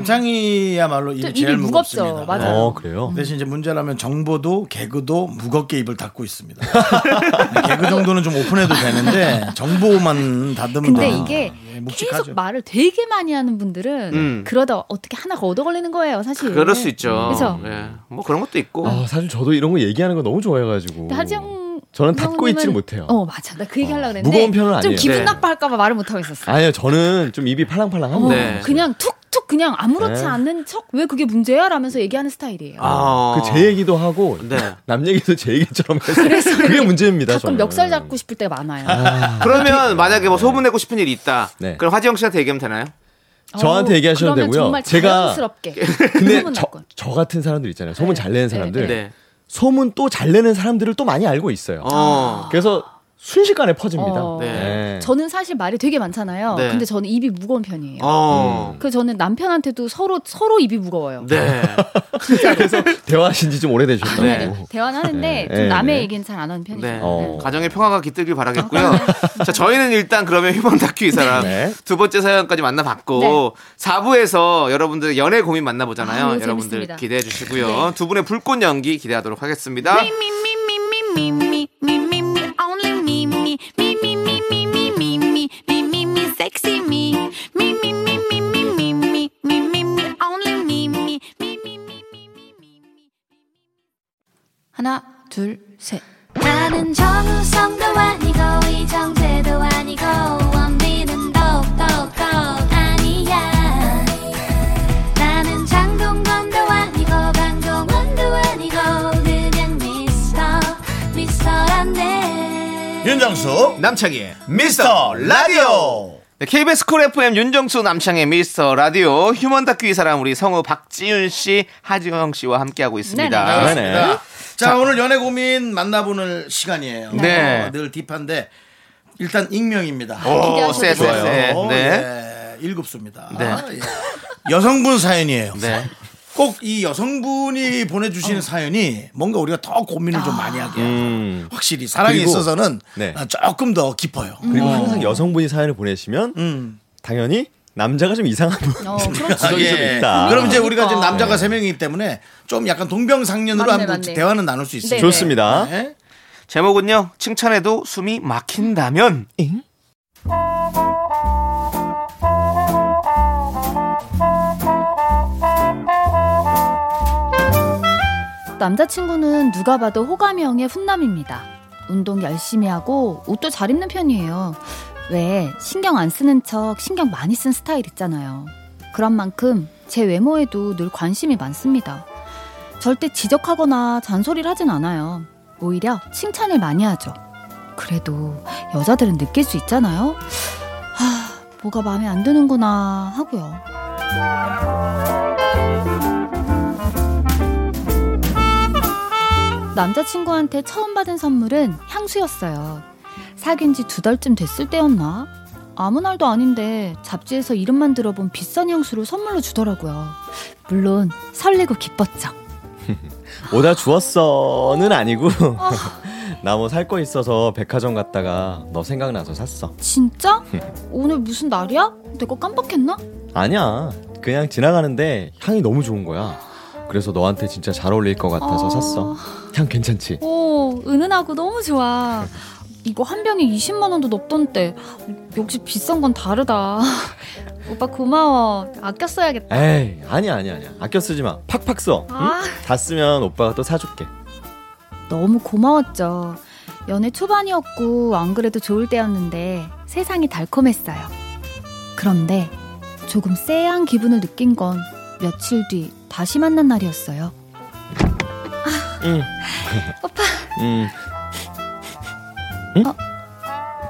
S1: 남창이야말로 입이
S8: 좀
S1: 제일
S8: 입이 무겁죠.
S1: 무겁습니다.
S8: 맞아요.
S7: 어 그래요?
S1: 대신 이제 문제라면 정보도 개그도 무겁게 입을 닫고 있습니다. 네, 개그 정도는 좀 오픈해도 되는데 정보만 닫으면
S8: 근데
S1: 되니까.
S8: 이게
S7: 아,
S1: 예, 묵직하죠.
S8: 계속 말을 되게 많이 하는 분들은
S2: 음.
S8: 그러다 어떻게 하나가 얻어 걸리는 거예요, 사실.
S2: 그럴 수 있죠.
S8: 음. 그죠?
S2: 예. 뭐 그런 것도 있고.
S7: 아 사실 저도 이런 거 얘기하는 거 너무 좋아해가지고.
S8: 근데 하지영
S7: 저는 닫고
S8: 성우님은-
S7: 있지를 못해요.
S8: 어, 맞아. 나 그 얘기 하려고 그랬는데
S7: 무거운 편은
S8: 좀
S7: 아니에요.
S8: 기분
S2: 네.
S8: 나빠할까 봐 말을 못 하고 있었어.
S7: 아니요 저는 좀 입이 팔랑팔랑합니다.
S8: 어,
S2: 네.
S8: 그냥 툭툭 그냥 아무렇지
S7: 아, 네.
S8: 않은 척 왜 그게 문제야? 라면서 얘기하는 스타일이에요.
S2: 아.
S8: 어.
S7: 그 제 얘기도 하고
S2: 네.
S7: 남 얘기도 제 얘기처럼 해서 그게 문제입니다.
S8: 가끔
S7: 저는.
S8: 멱살 잡고 싶을 때가 많아요.
S2: 그러면 만약에 뭐 소문내고 싶은 일이 있다.
S7: 네.
S2: 그럼 화지영 씨한테 얘기하면 되나요?
S7: 저한테
S8: 어우,
S7: 얘기하셔도
S8: 그러면
S7: 되고요.
S8: 정말
S7: 제가-
S8: 자연스럽게.
S7: 근데
S8: 소문
S7: 저,
S8: 났건.
S7: 저 같은 사람들 있잖아요. 소문 잘 내는 사람들.
S2: 네.
S7: 소문 또 잘 내는 사람들을 또 많이 알고 있어요.
S8: 아.
S2: 어.
S7: 그래서 순식간에 퍼집니다.
S8: 어.
S2: 네.
S8: 저는 사실 말이 되게 많잖아요.
S2: 네.
S8: 근데 저는 입이 무거운 편이에요.
S2: 어.
S7: 음.
S8: 그 저는 남편한테도 서로 서로 입이 무거워요.
S2: 네.
S7: 어. 그래서 대화하신 지 좀
S8: 아,
S7: 오래되셨다고.
S2: 네.
S8: 대화는 하는데
S7: 네,
S8: 좀 남의
S7: 네.
S8: 얘기는 잘 안 하는 편이죠.
S2: 네.
S7: 어.
S2: 가정의 평화가 깃들길 바라겠고요. 자, 저희는 일단 그러면 휴먼 다큐 이 사람
S7: 네.
S2: 두 번째 사연까지 만나봤고 사 4부에서 여러분들 연애 고민 만나보잖아요.
S8: 네. 아유, 네,
S2: 여러분들
S8: 재밌습니다. 네.
S2: 기대해 주시고요. 두 분의 불꽃 연기 기대하도록 하겠습니다.
S8: 하나, 둘, 셋.
S3: 나는 정우성도 아니고 이정재도 아니고 원빈은 더욱더 아니야 나는 장동건도 아니고 강동원도 아니고 그냥 미스터 미스터란데
S5: 윤정수
S2: 남창희의
S5: 미스터 라디오
S2: 네, KBS 쿨 FM 윤정수 남창의 미스터 라디오 휴먼 다큐 이 사람 우리 성우 박지윤 씨, 하지영 씨와 함께하고 있습니다.
S8: 네네.
S7: 아, 네네.
S1: 자, 오늘 연애 고민 만나보는 시간이에요.
S2: 네.
S1: 어, 늘 딥한데 일단 익명입니다.
S2: 오,
S8: 기대하셔도
S2: 쎄, 쎄,
S1: 좋아요.
S2: 쎄. 네.
S1: 네. 일곱 수입니다.
S2: 네.
S1: 예. 여성분 사연이에요.
S2: 네.
S1: 꼭 이 여성분이 보내주신 사연이 뭔가 우리가 더 고민을 좀 많이 하게 해요.
S7: 어. 음.
S1: 확실히 사랑에
S7: 그리고-
S1: 있어서는
S7: 네. 음.
S1: 아, 조금 더 깊어요.
S7: 그리고 항상 여성분이 사연을 보내시면
S1: 음.
S7: 당연히 남자가 좀 이상한 분.
S8: 어, 그렇지.
S1: 아, 예.
S7: 좀 있다. 네.
S1: 그럼 이제 우리가 지금
S8: 그러니까.
S1: 남자가 세 명이기 때문에 좀 약간 동병상련으로
S8: 맞네,
S1: 한번
S8: 맞네.
S1: 대화는 나눌 수 있어요.
S8: 네.
S7: 좋습니다.
S1: 네.
S2: 제목은요, 칭찬해도 숨이 막힌다면.
S8: 남자친구는 누가 봐도 호감형의 훈남입니다. 운동 열심히 하고 옷도 잘 입는 편이에요. 왜 신경 안 쓰는 척 신경 많이 쓴 스타일 있잖아요. 그런 만큼 제 외모에도 늘 관심이 많습니다. 절대 지적하거나 잔소리를 하진 않아요. 오히려 칭찬을 많이 하죠. 그래도 여자들은 느낄 수 있잖아요. 하, 뭐가 마음에 안 드는구나 하고요. 남자친구한테 처음 받은 선물은 향수였어요. 사귄 지 두 달쯤 됐을 때였나? 아무 날도 아닌데 잡지에서 이름만 들어본 비싼 향수를 선물로 주더라고요. 물론 설레고 기뻤죠.
S7: 오다 주웠어는 아니고 나 뭐 살 거 있어서 백화점 갔다가 너 생각나서 샀어.
S9: 진짜? 오늘 무슨 날이야? 내가 깜빡했나?
S7: 아니야. 그냥 지나가는데 향이 너무 좋은 거야. 그래서 너한테 진짜 잘 어울릴 것 같아서
S9: 어.
S7: 샀어. 향 괜찮지?
S9: 오, 은은하고 너무 좋아. 이거 한 병에 20만 원도 넘던데 역시 비싼 건 다르다. 오빠 고마워. 아껴 써야겠다.
S7: 에이, 아니야, 아니야, 아니야. 아껴 쓰지 마. 팍팍 써. 응?
S9: 아.
S7: 다 쓰면 오빠가 또 사줄게.
S9: 너무 고마웠죠. 연애 초반이었고 안 그래도 좋을 때였는데 세상이 달콤했어요. 그런데 조금 쎄한 기분을 느낀 건 며칠 뒤 다시 만난 날이었어요.
S7: 응.
S9: 오빠.
S7: 응. 음. 응?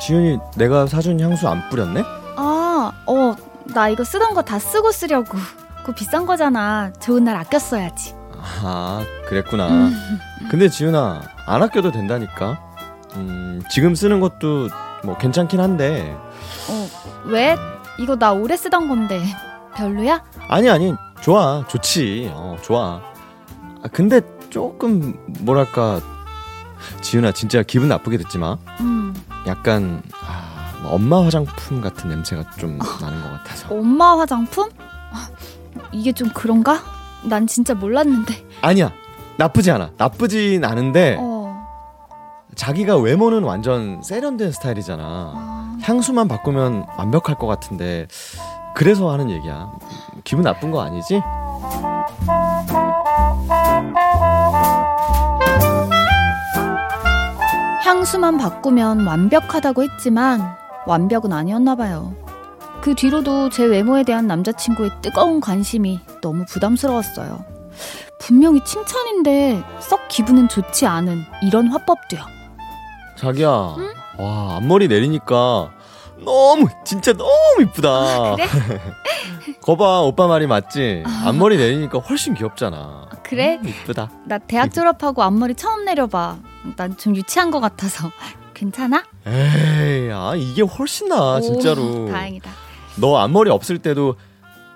S7: 지윤이 내가 사준 향수 안 뿌렸네?
S9: 아, 어, 나 이거 쓰던 거 다 쓰고 쓰려고. 그거 비싼 거잖아. 좋은 날 아껴 써야지.
S7: 아, 그랬구나. 근데 지윤아, 안 아껴도 된다니까. 음, 지금 쓰는 것도 뭐 괜찮긴 한데.
S9: 어, 왜? 이거 나 오래 쓰던 건데. 별로야?
S7: 아니, 아니, 좋아. 좋지. 어, 좋아. 아, 근데 조금, 뭐랄까. 지윤아, 진짜 기분 나쁘게 듣지 마.
S9: 음,
S7: 약간, 아, 뭐 엄마 화장품 같은 냄새가 좀 나는 것 같아서.
S9: 엄마 화장품? 이게 좀 그런가? 난 진짜 몰랐는데.
S7: 아니야. 나쁘지 않아. 나쁘진 않은데,
S9: 어.
S7: 자기가 외모는 완전 세련된 스타일이잖아.
S9: 아,
S7: 향수만 바꾸면 완벽할 것 같은데 그래서 하는 얘기야. 기분 나쁜 거 아니지?
S9: 향수만 바꾸면 완벽하다고 했지만 완벽은 아니었나 봐요. 그 뒤로도 제 외모에 대한 남자친구의 뜨거운 관심이 너무 부담스러웠어요. 분명히 칭찬인데 썩 기분은 좋지 않은 이런 화법도요.
S7: 자기야. 와 앞머리 내리니까 너무 진짜 너무 이쁘다.
S9: 아, 그래? 아.
S7: 거봐 오빠 말이 맞지. 앞머리 내리니까 훨씬 귀엽잖아.
S9: 그래?
S7: 음, 이쁘다.
S9: 나 대학 졸업하고 앞머리 처음 내려봐. 난 좀 유치한 것 같아서. 괜찮아?
S7: 에이 아 이게 훨씬 나
S9: 오,
S7: 진짜로.
S9: 다행이다.
S7: 너 앞머리 없을 때도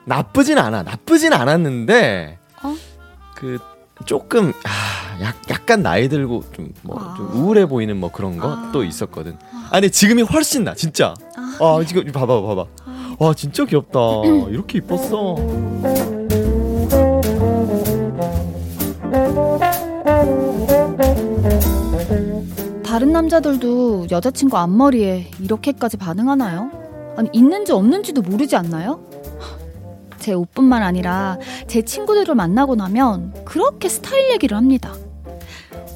S7: 나쁘진 않아. 나쁘진 않았는데
S9: 어?
S7: 그 조금 아, 약, 약간 나이 들고 좀 뭐 좀
S9: 아.
S7: 우울해 보이는 뭐 그런 것도 있었거든. 아니 지금이 훨씬 나 진짜. 아, 지금 이거 봐봐 봐봐.
S9: 아.
S7: 와 진짜 귀엽다.
S9: 음.
S7: 이렇게 이뻤어.
S9: 다른 남자들도 여자친구 앞머리에 이렇게까지 반응하나요? 아니 있는지 없는지도 모르지 않나요? 제 옷뿐만 아니라 제 친구들을 만나고 나면 그렇게 스타일 얘기를 합니다.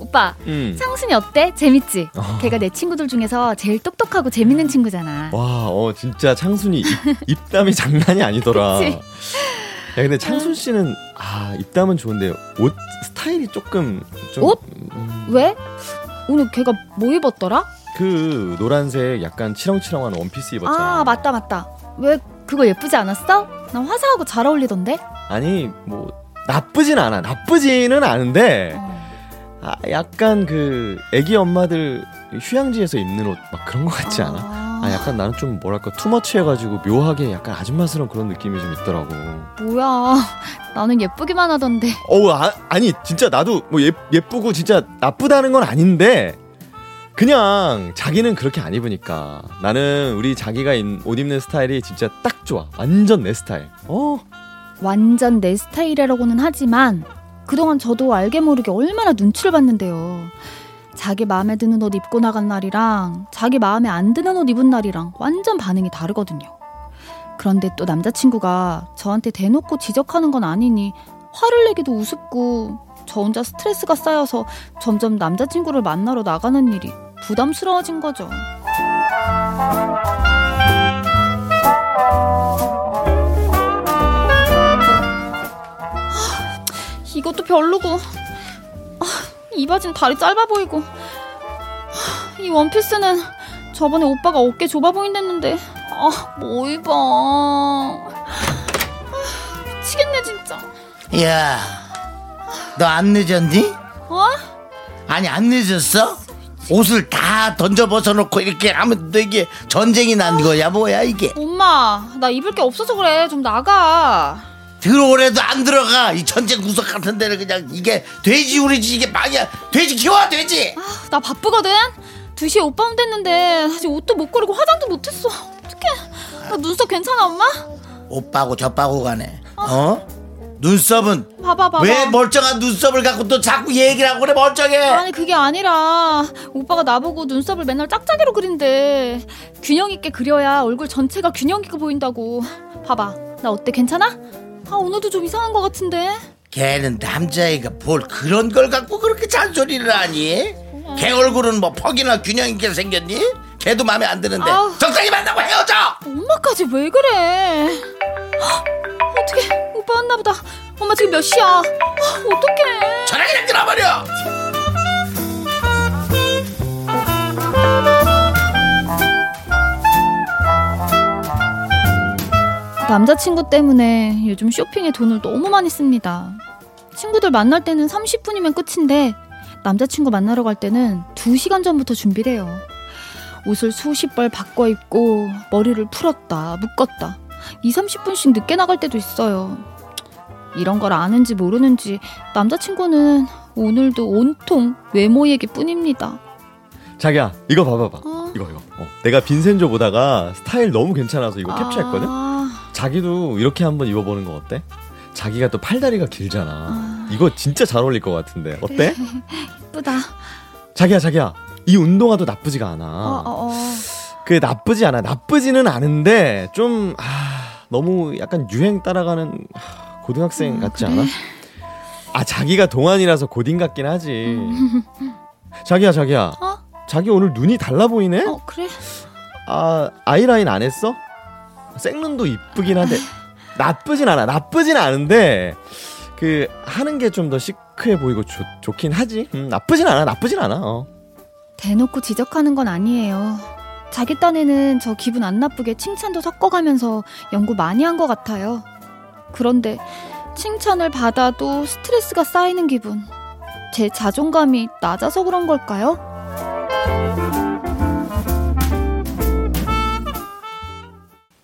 S9: 오빠,
S7: 음. 아.
S9: 창순이 어때? 재밌지? 걔가 내 친구들 중에서 제일 똑똑하고 재밌는 친구잖아.
S7: 와, 어 진짜 창순이 입, 입담이 장난이 아니더라.
S9: 그치?
S7: 야 근데 창순 씨는 아 입담은 좋은데 옷 스타일이 조금 좀
S9: 옷?
S7: 음,
S9: 왜? 오늘 걔가 뭐 입었더라?
S7: 그 노란색 약간 치렁치렁한 원피스 입었잖아.
S9: 아, 맞다, 맞다. 왜 그거 예쁘지 않았어? 난 화사하고 잘 어울리던데?
S7: 아니 뭐 나쁘진 않아. 나쁘지는 않은데
S9: 어.
S7: 아, 약간 그 애기 엄마들 휴양지에서 입는 옷 막 그런 거 같지 않아? 아 약간 나는 좀 뭐랄까 투머치해가지고 묘하게 약간 아줌마스러운 그런 느낌이 좀 있더라고.
S9: 뭐야. 나는 예쁘기만 하던데.
S7: 어우 아, 아니 진짜 나도 뭐 예, 예쁘고 진짜 나쁘다는 건 아닌데 그냥 자기는 그렇게 안 입으니까 나는 우리 자기가 입- 옷 입는 스타일이 진짜 딱 좋아. 완전 내 스타일. 어
S9: 완전 내 스타일이라고는 하지만 그동안 저도 알게 모르게 얼마나 눈치를 봤는데요. 자기 마음에 드는 옷 입고 나간 날이랑 자기 마음에 안 드는 옷 입은 날이랑 완전 반응이 다르거든요. 그런데 또 남자친구가 저한테 대놓고 지적하는 건 아니니 화를 내기도 우습고 저 혼자 스트레스가 쌓여서 점점 남자친구를 만나러 나가는 일이 부담스러워진 거죠. 이것도 별로고 아, 이 바지는 다리 짧아 보이고 아, 이 원피스는 저번에 오빠가 어깨 좁아 보인댔는데 아 뭐 입어 아, 미치겠네 진짜
S1: 야, 너 안 늦었니?
S9: 어?
S1: 아니 안 늦었어? 옷을 다 던져 벗어놓고 이렇게 하면 또 이게 전쟁이 난 거야 뭐야 이게?
S9: 엄마 나 입을 게 없어서 그래 좀 나가
S5: 들어오래도 안 들어가 이 전쟁 구석 같은 데를 그냥 이게 돼지 우리지 이게 망이야 돼지 키워 돼지
S8: 아, 나 바쁘거든. 2시에 오빠 온댔는데 아직 옷도 못 고르고 화장도 못 했어. 어떡해. 나 눈썹 괜찮아, 엄마?
S5: 오빠고 저빠고 가네 어 눈썹은
S8: 봐봐 봐봐.
S5: 왜 멀쩡한 눈썹을 갖고 또 자꾸 얘기를 하고 그래 멀쩡해
S8: 아니 그게 아니라 오빠가 나보고 눈썹을 맨날 짝짝이로 그린대. 균형 있게 그려야 얼굴 전체가 균형 있게 보인다고. 봐봐. 나 어때? 괜찮아? 아, 오늘도 좀 이상한 것 같은데.
S5: 걔는 남자애가 뭘 그런 걸 갖고 그렇게 잔소리를 하니 걔 얼굴은 뭐 퍽이나 균형 있게 생겼니 걔도 마음에 안 드는데
S8: 아우.
S5: 적당히 만나고 헤어져
S8: 엄마까지 왜 그래? 어떻게 오빠 왔나 보다. 엄마 지금 몇 시야? 헉, 어떡해.
S5: 전화기랑 끊어버려
S8: 남자친구 때문에 요즘 쇼핑에 돈을 너무 많이 씁니다. 친구들 만날 때는 30분이면 끝인데 남자친구 만나러 갈 때는 2시간 전부터 준비를 해요. 옷을 수십 벌 바꿔 입고 머리를 풀었다 묶었다 2, 30분씩 늦게 나갈 때도 있어요. 이런 걸 아는지 모르는지 남자친구는 오늘도 온통 외모 얘기뿐입니다.
S7: 자기야 이거 봐봐봐
S8: 어.
S7: 이거 이거 어. 내가 빈센조 보다가 스타일 너무 괜찮아서 이거 캡처했거든
S8: 아,
S7: 자기도 이렇게 한번 입어보는 거 어때? 자기가 또 팔다리가 길잖아 이거 진짜 잘 어울릴 것 같은데
S8: 네.
S7: 어때?
S8: 예쁘다.
S7: 자기야 자기야 이 운동화도 나쁘지가 않아
S8: 어, 어, 어.
S7: 그 나쁘지 않아 나쁘지는 않은데 좀 아, 너무 약간 유행 따라가는 아,
S8: 음,
S7: 고등학생 같지 않아? 아 자기가 동안이라서 고딩 같긴 하지 자기야 자기야
S8: 어?
S7: 자기 오늘 눈이 달라 보이네?
S8: 어 그래.
S7: 아 아이라인 안 했어? 생눈도 이쁘긴 한데 나쁘진 않아 나쁘진 않은데 그 하는 게 좀 더 시크해 보이고 좋, 좋긴 하지 음, 나쁘진 않아 나쁘진 않아 어.
S8: 대놓고 지적하는 건 아니에요. 자기 딴에는 저 기분 안 나쁘게 칭찬도 섞어가면서 연구 많이 한 것 같아요. 그런데 칭찬을 받아도 스트레스가 쌓이는 기분. 제 자존감이 낮아서 그런 걸까요?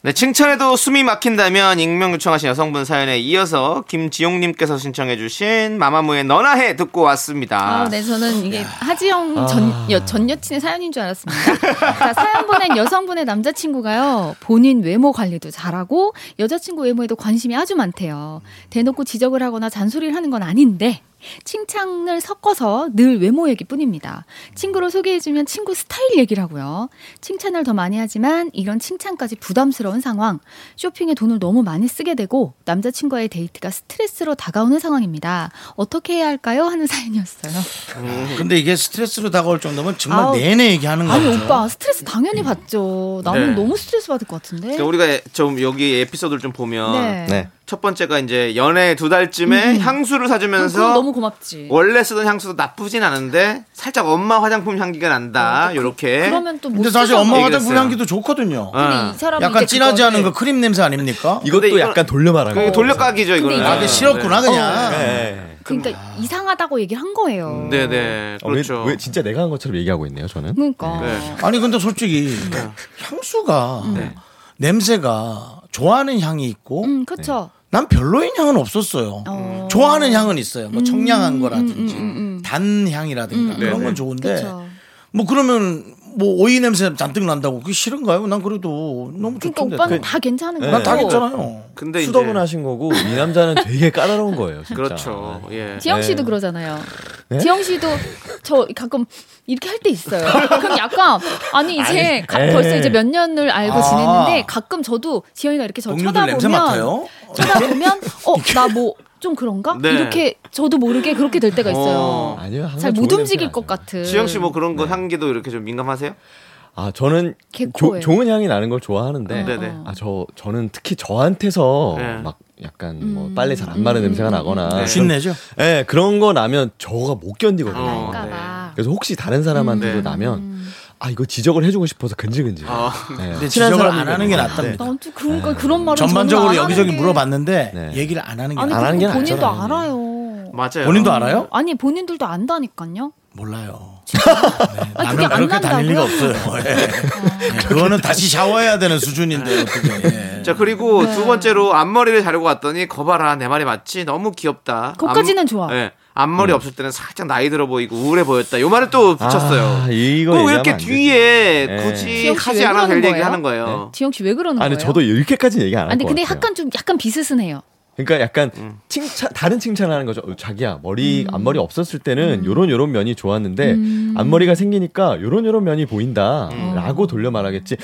S2: 네, 칭찬에도 숨이 막힌다면 익명 요청하신 여성분 사연에 이어서 김지용님께서 신청해주신 마마무의 너나 해 듣고 왔습니다.
S9: 아, 네, 저는 이게 하지영 전, 여, 전 여친의 사연인 줄 알았습니다. 자, 사연 보낸 여성분의 남자친구가요, 본인 외모 관리도 잘하고, 여자친구 외모에도 관심이 아주 많대요. 대놓고 지적을 하거나 잔소리를 하는 건 아닌데, 칭찬을 섞어서 늘 외모 얘기 뿐입니다. 친구로 소개해주면 친구 스타일 얘기를 하고요. 칭찬을 더 많이 하지만 이런 칭찬까지 부담스러운 상황. 쇼핑에 돈을 너무 많이 쓰게 되고 남자친구와의 데이트가 스트레스로 다가오는 상황입니다. 어떻게 해야 할까요? 하는 사연이었어요.
S1: 근데 이게 스트레스로 다가올 정도면 정말
S9: 아우.
S1: 내내 얘기하는 거죠. 음.
S9: 아니 뭐 오빠 스트레스 당연히 받죠. 나는
S2: 네.
S9: 너무 스트레스 받을 것 같은데.
S2: 그러니까 우리가 좀 여기 에피소드를 좀 보면
S9: 네. 음.
S7: 네
S2: 첫 번째가 이제 연애 두 달쯤에 향수를
S9: 그거
S2: 사주면서
S9: 너무 고맙지.
S2: 원래 쓰던 향수도 나쁘진 않은데 살짝 엄마 화장품 향기가 난다. 요렇게
S9: 어, 그러면 또
S1: 근데 사실 엄마
S2: 얘기를
S1: 화장품
S2: 했어요.
S1: 향기도 좋거든요.
S2: 어.
S9: 이 사람
S1: 약간 진하지 않은 그 거 크림 냄새 아닙니까?
S7: 이것도
S2: 그러니까 이건- 네.
S7: 약간 돌려 말하는
S2: 그게
S7: 거
S2: 돌려까기죠 이거는.
S9: 근데 이제-
S1: 아, 그 싫었구나 그냥.
S7: 네.
S9: 그러니까
S1: 아.
S9: 이상하다고 얘기를 한
S1: 음.
S9: 거예요.
S2: 네, 네,
S7: 어, 왜-
S2: 그렇죠.
S7: 왜, 진짜 내가 한 것처럼 얘기하고 있네요 저는
S9: 그러니까
S2: 네.
S1: 아니 근데 솔직히 향수가 냄새가 좋아하는 향이 있고
S9: 음 그렇죠.
S1: 난 별로인 향은 없었어요.
S9: 어.
S1: 네. 좋아하는 향은 있어요. 뭐 청량한 거라든지
S9: 음, 음, 음.
S1: 단 향이라든가 그런
S2: 네네.
S1: 건 좋은데
S9: 그렇죠.
S1: 뭐 그러면 뭐 오이 냄새 잔뜩 난다고 그게 싫은가요? 난 그래도 너무
S9: 그러니까
S1: 좋던데.
S9: 오빠는 다 네. 괜찮은 거고.
S1: 난다 괜찮아요.
S2: 근데 이제
S7: 수덕은 하신 거고 이 남자는 되게 까다로운 거예요 진짜
S2: 그렇죠. 예.
S9: 지영
S7: 네.
S9: 씨도 그러잖아요.
S1: 예?
S7: 네?
S9: 지영 씨도 저 가끔 이렇게 할 때 있어요. 그럼 약간 아니 이제 가-
S7: 에이.
S9: 벌써 이제 몇 년을 알고
S1: 예. 아.
S9: 지냈는데 가끔 저도 지영이가 이렇게 저
S1: 동료들 냄새
S9: 쳐다보면
S1: 맡아요.
S9: 쳐다보면 어 나 뭐 좀 그런가
S2: 네.
S9: 이렇게 저도 모르게 그렇게 될 때가
S2: 어.
S9: 있어요.
S7: 아니요 항상
S9: 잘 못
S7: 좋은
S9: 움직일
S7: 냄새가
S9: 것
S7: 나죠.
S9: 같은.
S2: 지영 씨 뭐 그런
S7: 네.
S2: 거 향기도 이렇게 좀 민감하세요?
S7: 아 저는 조,
S9: 개코예요. 어.
S7: 좋은 향이 나는 걸 좋아하는데
S2: 네네.
S7: 아 저 저는 특히 저한테서
S2: 네.
S7: 막 약간 뭐
S9: 음,
S7: 빨래 잘 안 마른 냄새가 나거나
S2: 네.
S7: 그런-
S1: 신내죠.
S7: 예 그런 거 나면 저가 못 견디거든요.
S2: 아,
S9: 그러니까
S2: 네.
S9: 막.
S7: 그래서 혹시 다른 사람한테도
S2: 네.
S9: 음.
S7: 나면 아 이거 지적을 해주고 싶어서 근질근질.
S2: 어.
S7: 네.
S1: 근데
S7: 친한
S1: 지적을
S7: 사람이면
S1: 안 하는 게
S7: 그런데
S1: 낫답니다. 네.
S9: 난또 그러니까 그런 말을
S1: 전반적으로
S9: 저는 안
S1: 여기저기
S9: 하는 게-
S1: 물어봤는데
S7: 네.
S1: 얘기를 안 하는 게
S9: 아니
S7: 안 하는
S9: 그거
S7: 게
S9: 본인도
S7: 낫잖아요.
S9: 알아요.
S2: 맞아요.
S1: 본인도 알아요?
S9: 아니 본인들도 안다니까요.
S1: 몰라요.
S9: 아,
S1: 나는
S9: 그게 안
S1: 그렇게 다닐 리가
S9: 난다고요? 아,
S1: 없어요. 예. 예, 그거는 다시 샤워해야 되는 수준인데 어떻게? 예.
S2: 자 그리고
S9: 네.
S2: 두 번째로 앞머리를 자르고 왔더니 거봐라 내 말이 맞지 너무 귀엽다.
S9: 거기까지는 좋아.
S2: 예.
S7: 네.
S2: 앞머리 없을 때는 살짝 나이 들어 보이고 우울해 보였다. 요 말을 또 붙였어요.
S7: 아, 이거
S2: 또 왜
S7: 얘기하면
S2: 이렇게
S7: 안 되지.
S2: 뒤에
S7: 네.
S2: 굳이
S9: 지영 씨
S2: 하지
S9: 왜
S2: 않아도 될
S9: 그러는
S2: 얘기
S9: 거예요?
S2: 하는 거예요.
S9: 지영 씨 왜 그러는
S7: 아니
S9: 거예요?
S7: 저도 이렇게까지는 얘기 안 할
S9: 아니
S7: 것
S9: 근데
S7: 같아요.
S9: 약간 좀 약간 비스스네요.
S7: 그러니까 약간
S2: 음.
S7: 칭찬 다른 칭찬하는 거죠. 어, 자기야 머리
S9: 음.
S7: 앞머리 없었을 때는 요런 요런 면이 좋았는데 앞머리가 생기니까 요런 요런 면이
S2: 음.
S7: 보인다라고 돌려 말하겠지.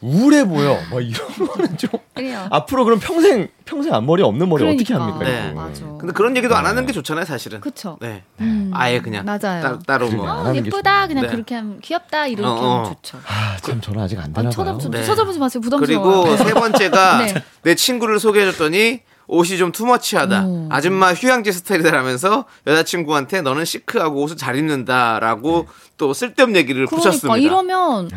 S7: 우울해 보여. 막 이런 거는 좀
S9: 그래요.
S7: 앞으로 그럼 평생 평생 앞머리 없는 머리 어떻게
S9: 그러니까.
S7: 합니까?
S2: 네.
S7: 이거.
S9: 맞아.
S2: 근데 그런 얘기도 안 하는 게 좋잖아요, 사실은.
S9: 그쵸.
S2: 네.
S9: 음,
S2: 아예 그냥
S9: 맞아요.
S2: 따, 따로
S7: 그러네.
S2: 뭐.
S9: 어,
S7: 안 하는 게
S9: 예쁘다 그냥
S2: 네.
S9: 그렇게 하면 귀엽다 이렇게
S2: 어, 어.
S9: 하면 좋죠.
S7: 아, 참 저는 아직 안
S9: 아니,
S7: 되나 봐요.
S9: 쳐다보지
S2: 네.
S9: 마세요. 쳐다보지 마세요. 부담스러워.
S2: 그리고 세 번째가
S9: 네.
S2: 내 친구를 소개해줬더니 옷이 좀 투머치하다. 아줌마 휴양지 스타일이다라면서 여자친구한테 너는 시크하고 옷을 잘 입는다라고 또 쓸데없는 얘기를
S9: 네. 그러니까
S2: 붙였습니다.
S9: 이러면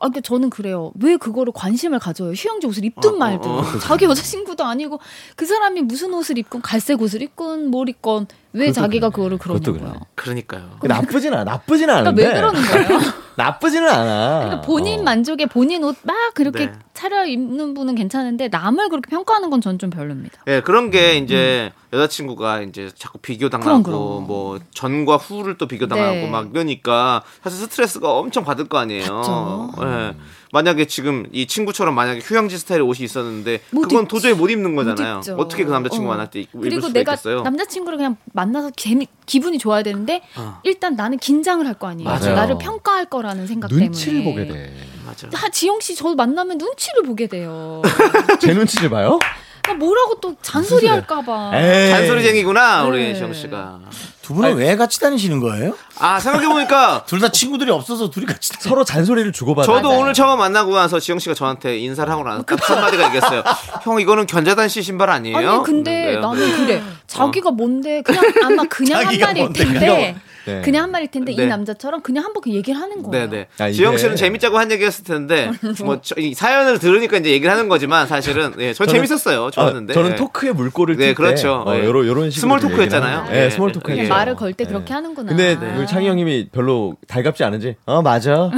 S9: 아 근데 저는 그래요. 왜 그거를 관심을 가져요? 휴양지 옷을 입든
S2: 어,
S9: 말든
S2: 어, 어.
S9: 자기 여자친구도 아니고 그 사람이 무슨 옷을 입건 갈색 옷을 입건 뭘 입건 왜 자기가 그거를
S7: 그것도
S9: 그러냐고요.
S7: 그러네.
S2: 그러니까요.
S7: 근데 나쁘진 않아. 나쁘진 않은데.
S9: 그러니까 왜 그러는 거예요?
S7: 나쁘지는 않아.
S9: 그러니까 본인
S7: 어.
S9: 만족에 본인 옷 막 그렇게
S2: 네.
S9: 차려 입는 분은 괜찮은데 남을 그렇게 평가하는 건 전 좀 별로입니다.
S2: 예, 그런 게 이제 여자친구가 이제 자꾸 비교당하고
S9: 음, 그럼, 그럼.
S2: 뭐 전과 후를 또 비교당하고
S9: 네.
S2: 막 이러니까 사실 스트레스가 엄청 받을 거 아니에요.
S9: 받죠.
S2: 예. 만약에 지금 이 친구처럼 만약에 휴양지 스타일의 옷이 있었는데
S9: 못
S2: 그건
S9: 입지.
S2: 도저히 못 입는 거잖아요.
S9: 못 입죠.
S2: 어떻게 그 남자친구
S9: 어.
S2: 만날 때 입고 입을
S9: 그리고
S2: 수가
S9: 내가
S2: 있겠어요?
S9: 남자친구를 그냥 만나서 재미 기분이 좋아야 되는데
S2: 어.
S9: 일단 나는 긴장을 할 거 아니에요.
S7: 맞아요.
S9: 나를 평가할 거라는 생각
S7: 눈치를
S9: 때문에
S7: 보게 돼.
S2: 맞아.
S9: 하 지영 씨 저 만나면 눈치를 보게 돼요.
S7: 어. 제 눈치를 봐요?
S9: 나 뭐라고 또 잔소리 할까봐.
S7: 에이.
S2: 잔소리쟁이구나 우리
S9: 네.
S2: 시영 씨가.
S1: 두 분은 왜 같이 다니시는 거예요?
S2: 아 생각해 보니까
S1: 둘 다 친구들이 없어서 둘이 같이 다니.
S7: 서로 잔소리를 주고받아.
S2: 저도 오늘 처음 만나고 나서 지영 씨가 저한테 인사를 하고
S9: 어,
S2: 나서 딱 한마디가 얘기했어요. 형 이거는 견자단 씨 신발 아니에요?
S9: 아니 근데
S2: 그런데요.
S9: 나는 그래 자기가 뭔데 그냥 아마 그냥 한
S1: 자기가
S9: 말일
S1: 뭔데,
S9: 텐데
S1: 그냥
S7: 네.
S9: 그냥 한 말일 텐데
S2: 네.
S9: 이 남자처럼 그냥 한번 그 얘기를 하는 거예요.
S2: 네네.
S7: 아, 이게-
S2: 지영 씨는 재밌자고 한 얘기였을 텐데 뭐 저- 이 사연을 들으니까 이제 얘기를 하는 거지만 사실은 예, 전 재밌었어요. 좋았는데.
S7: 아, 저는
S2: 예.
S7: 토크의 물꼬를
S2: 네,
S7: 튈때
S2: 그렇죠.
S7: 어,
S2: 예.
S7: 요런 요런 식으로
S2: 스몰
S7: 좀
S2: 토크였잖아요.
S7: 얘기를 하는 거.
S2: 예.
S7: 예, 스몰 토크
S9: 그냥
S7: 했죠.
S9: 말을 걸 때
S7: 예.
S9: 그렇게 하는구나.
S7: 근데
S9: 아.
S7: 우리 창희 형님이 별로 달갑지 않은지 어 맞아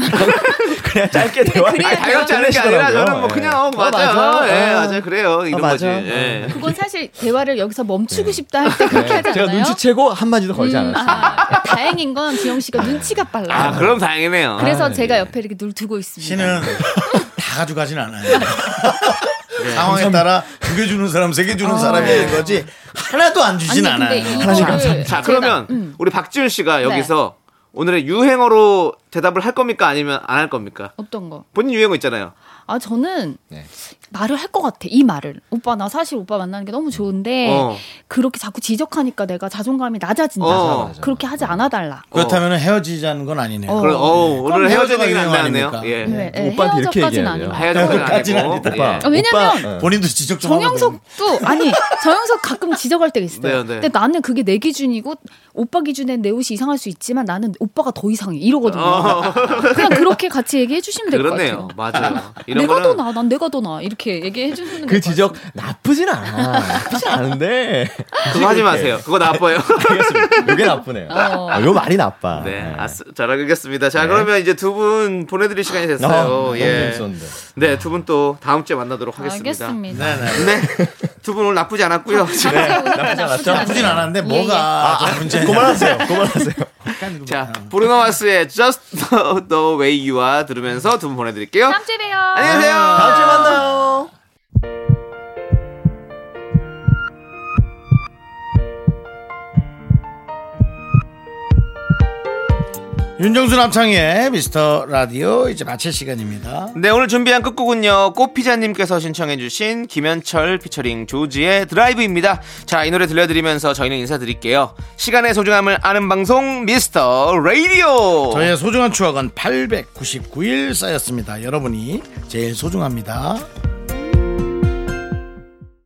S7: 그냥 짧게 대화
S9: 그래야
S2: 아니, 다이어트 하는 게 아니라
S7: 끝내시더라고요.
S2: 저는 뭐 그냥 어,
S7: 예.
S2: 맞아요.
S7: 맞아.
S2: 예,
S7: 어.
S2: 맞아요. 그래요. 이런
S7: 맞아.
S2: 거지. 예.
S9: 그건 사실 대화를 여기서 멈추고 싶다 할 때 그렇게 하잖아요.
S7: 제가 눈치채고 한마디도 걸지 않았어요
S9: 아, 다행인 건 지영 씨가 눈치가 빨라.
S2: 아, 그럼 다행이네요.
S9: 그래서
S7: 아,
S9: 제가
S7: 예.
S9: 옆에 이렇게 눈 두고 있습니다.
S1: 씨는 다 가져가진 않아요. 상황에 따라 두 개 주는 사람, 세 개 주는 사람이 있는 거지 하나도 안 주진
S9: 아니, 아. 근데
S1: 않아요.
S9: 이거를
S1: 하나씩
S2: 자,
S9: 제가-
S2: 그러면
S9: 음.
S2: 우리 박지훈 씨가
S9: 네.
S2: 여기서 오늘의 유행어로 대답을 할 겁니까 아니면 안 할 겁니까?
S9: 어떤 거?
S2: 본인 유행어 있잖아요.
S9: 아 저는
S7: 네.
S9: 말을 할 것 같아. 이 말을 오빠 나 사실 오빠 만나는 게 너무 좋은데
S2: 어.
S9: 그렇게 자꾸 지적하니까 내가 자존감이 낮아진다.
S2: 어.
S7: 맞아.
S9: 그렇게 하지 않아 달라.
S1: 그렇다면 헤어지자는 건 아니네요.
S9: 어.
S2: 그럼 어우, 오늘
S1: 그럼
S2: 헤어진 얘기는 안
S1: 헤어져가
S2: 나왔네요.
S1: 유행어
S2: 예.
S9: 네, 네,
S7: 오빠한테 이렇게
S9: 헤어져까지는
S7: 얘기해야 돼요.
S9: 아니고.
S2: 헤어진
S1: 헤어져까지는
S2: 건 아니고.
S1: 아니다.
S2: 예.
S9: 아, 왜냐면
S7: 오빠, 어.
S1: 본인도 지적 좀 하고
S9: 정영석도 아니 정영석 가끔 지적할 때가 있어요.
S2: 네, 네.
S9: 근데 나는 그게 내 기준이고 오빠 기준엔 내 옷이 이상할 수 있지만 나는 오빠가 더 이상해 이러거든요.
S2: 어.
S9: 그냥 그렇게 같이 얘기해 주시면 될 것
S2: 그렇네요.
S9: 같아요.
S2: 맞아요. 이런
S9: 내가 더
S2: 거는
S9: 나, 난 내가 더 나. 이렇게 얘기해 주는
S7: 그 지적 나쁘진 않아 나쁘진 않은데
S2: 그거 하지 마세요. 그거 나빠요.
S7: 알겠습니다 요게 나쁘네요
S9: 어.
S7: 아, 요 말이 나빠
S2: 네,
S7: 예.
S2: 아스, 잘 알겠습니다.
S9: 네.
S2: 자, 그러면 이제 두 분 보내드릴 시간이
S7: 아,
S2: 됐어요.
S7: 너무
S2: 예.
S7: 재밌었는데
S2: 네, 두 분 또 다음 주에 만나도록 하겠습니다.
S9: 알겠습니다.
S2: 네, 두 분 오늘 나쁘지 않았고요.
S9: 나쁘지 않았죠?
S1: 나쁘진 않았는데
S9: 네. 예,
S1: 뭐가 더 문제
S7: 그만하세요 그만하세요
S2: 자, 브루노 마스의 Just the Way You와 들으면서 두 분 보내드릴게요.
S9: 다음 주에 봬요.
S2: 안녕히 계세요.
S7: 다음 주에 만나요
S1: 윤정수 남창의 미스터 라디오 이제 마칠 시간입니다.
S2: 네, 오늘 준비한 끝곡은요. 꽃피자님께서 신청해주신 김현철 피처링 조지의 드라이브입니다. 자, 이 노래 들려드리면서 저희는 인사드릴게요. 시간의 소중함을 아는 방송, 미스터 라디오!
S1: 저의 소중한 추억은 899일 쌓였습니다. 여러분이 제일 소중합니다.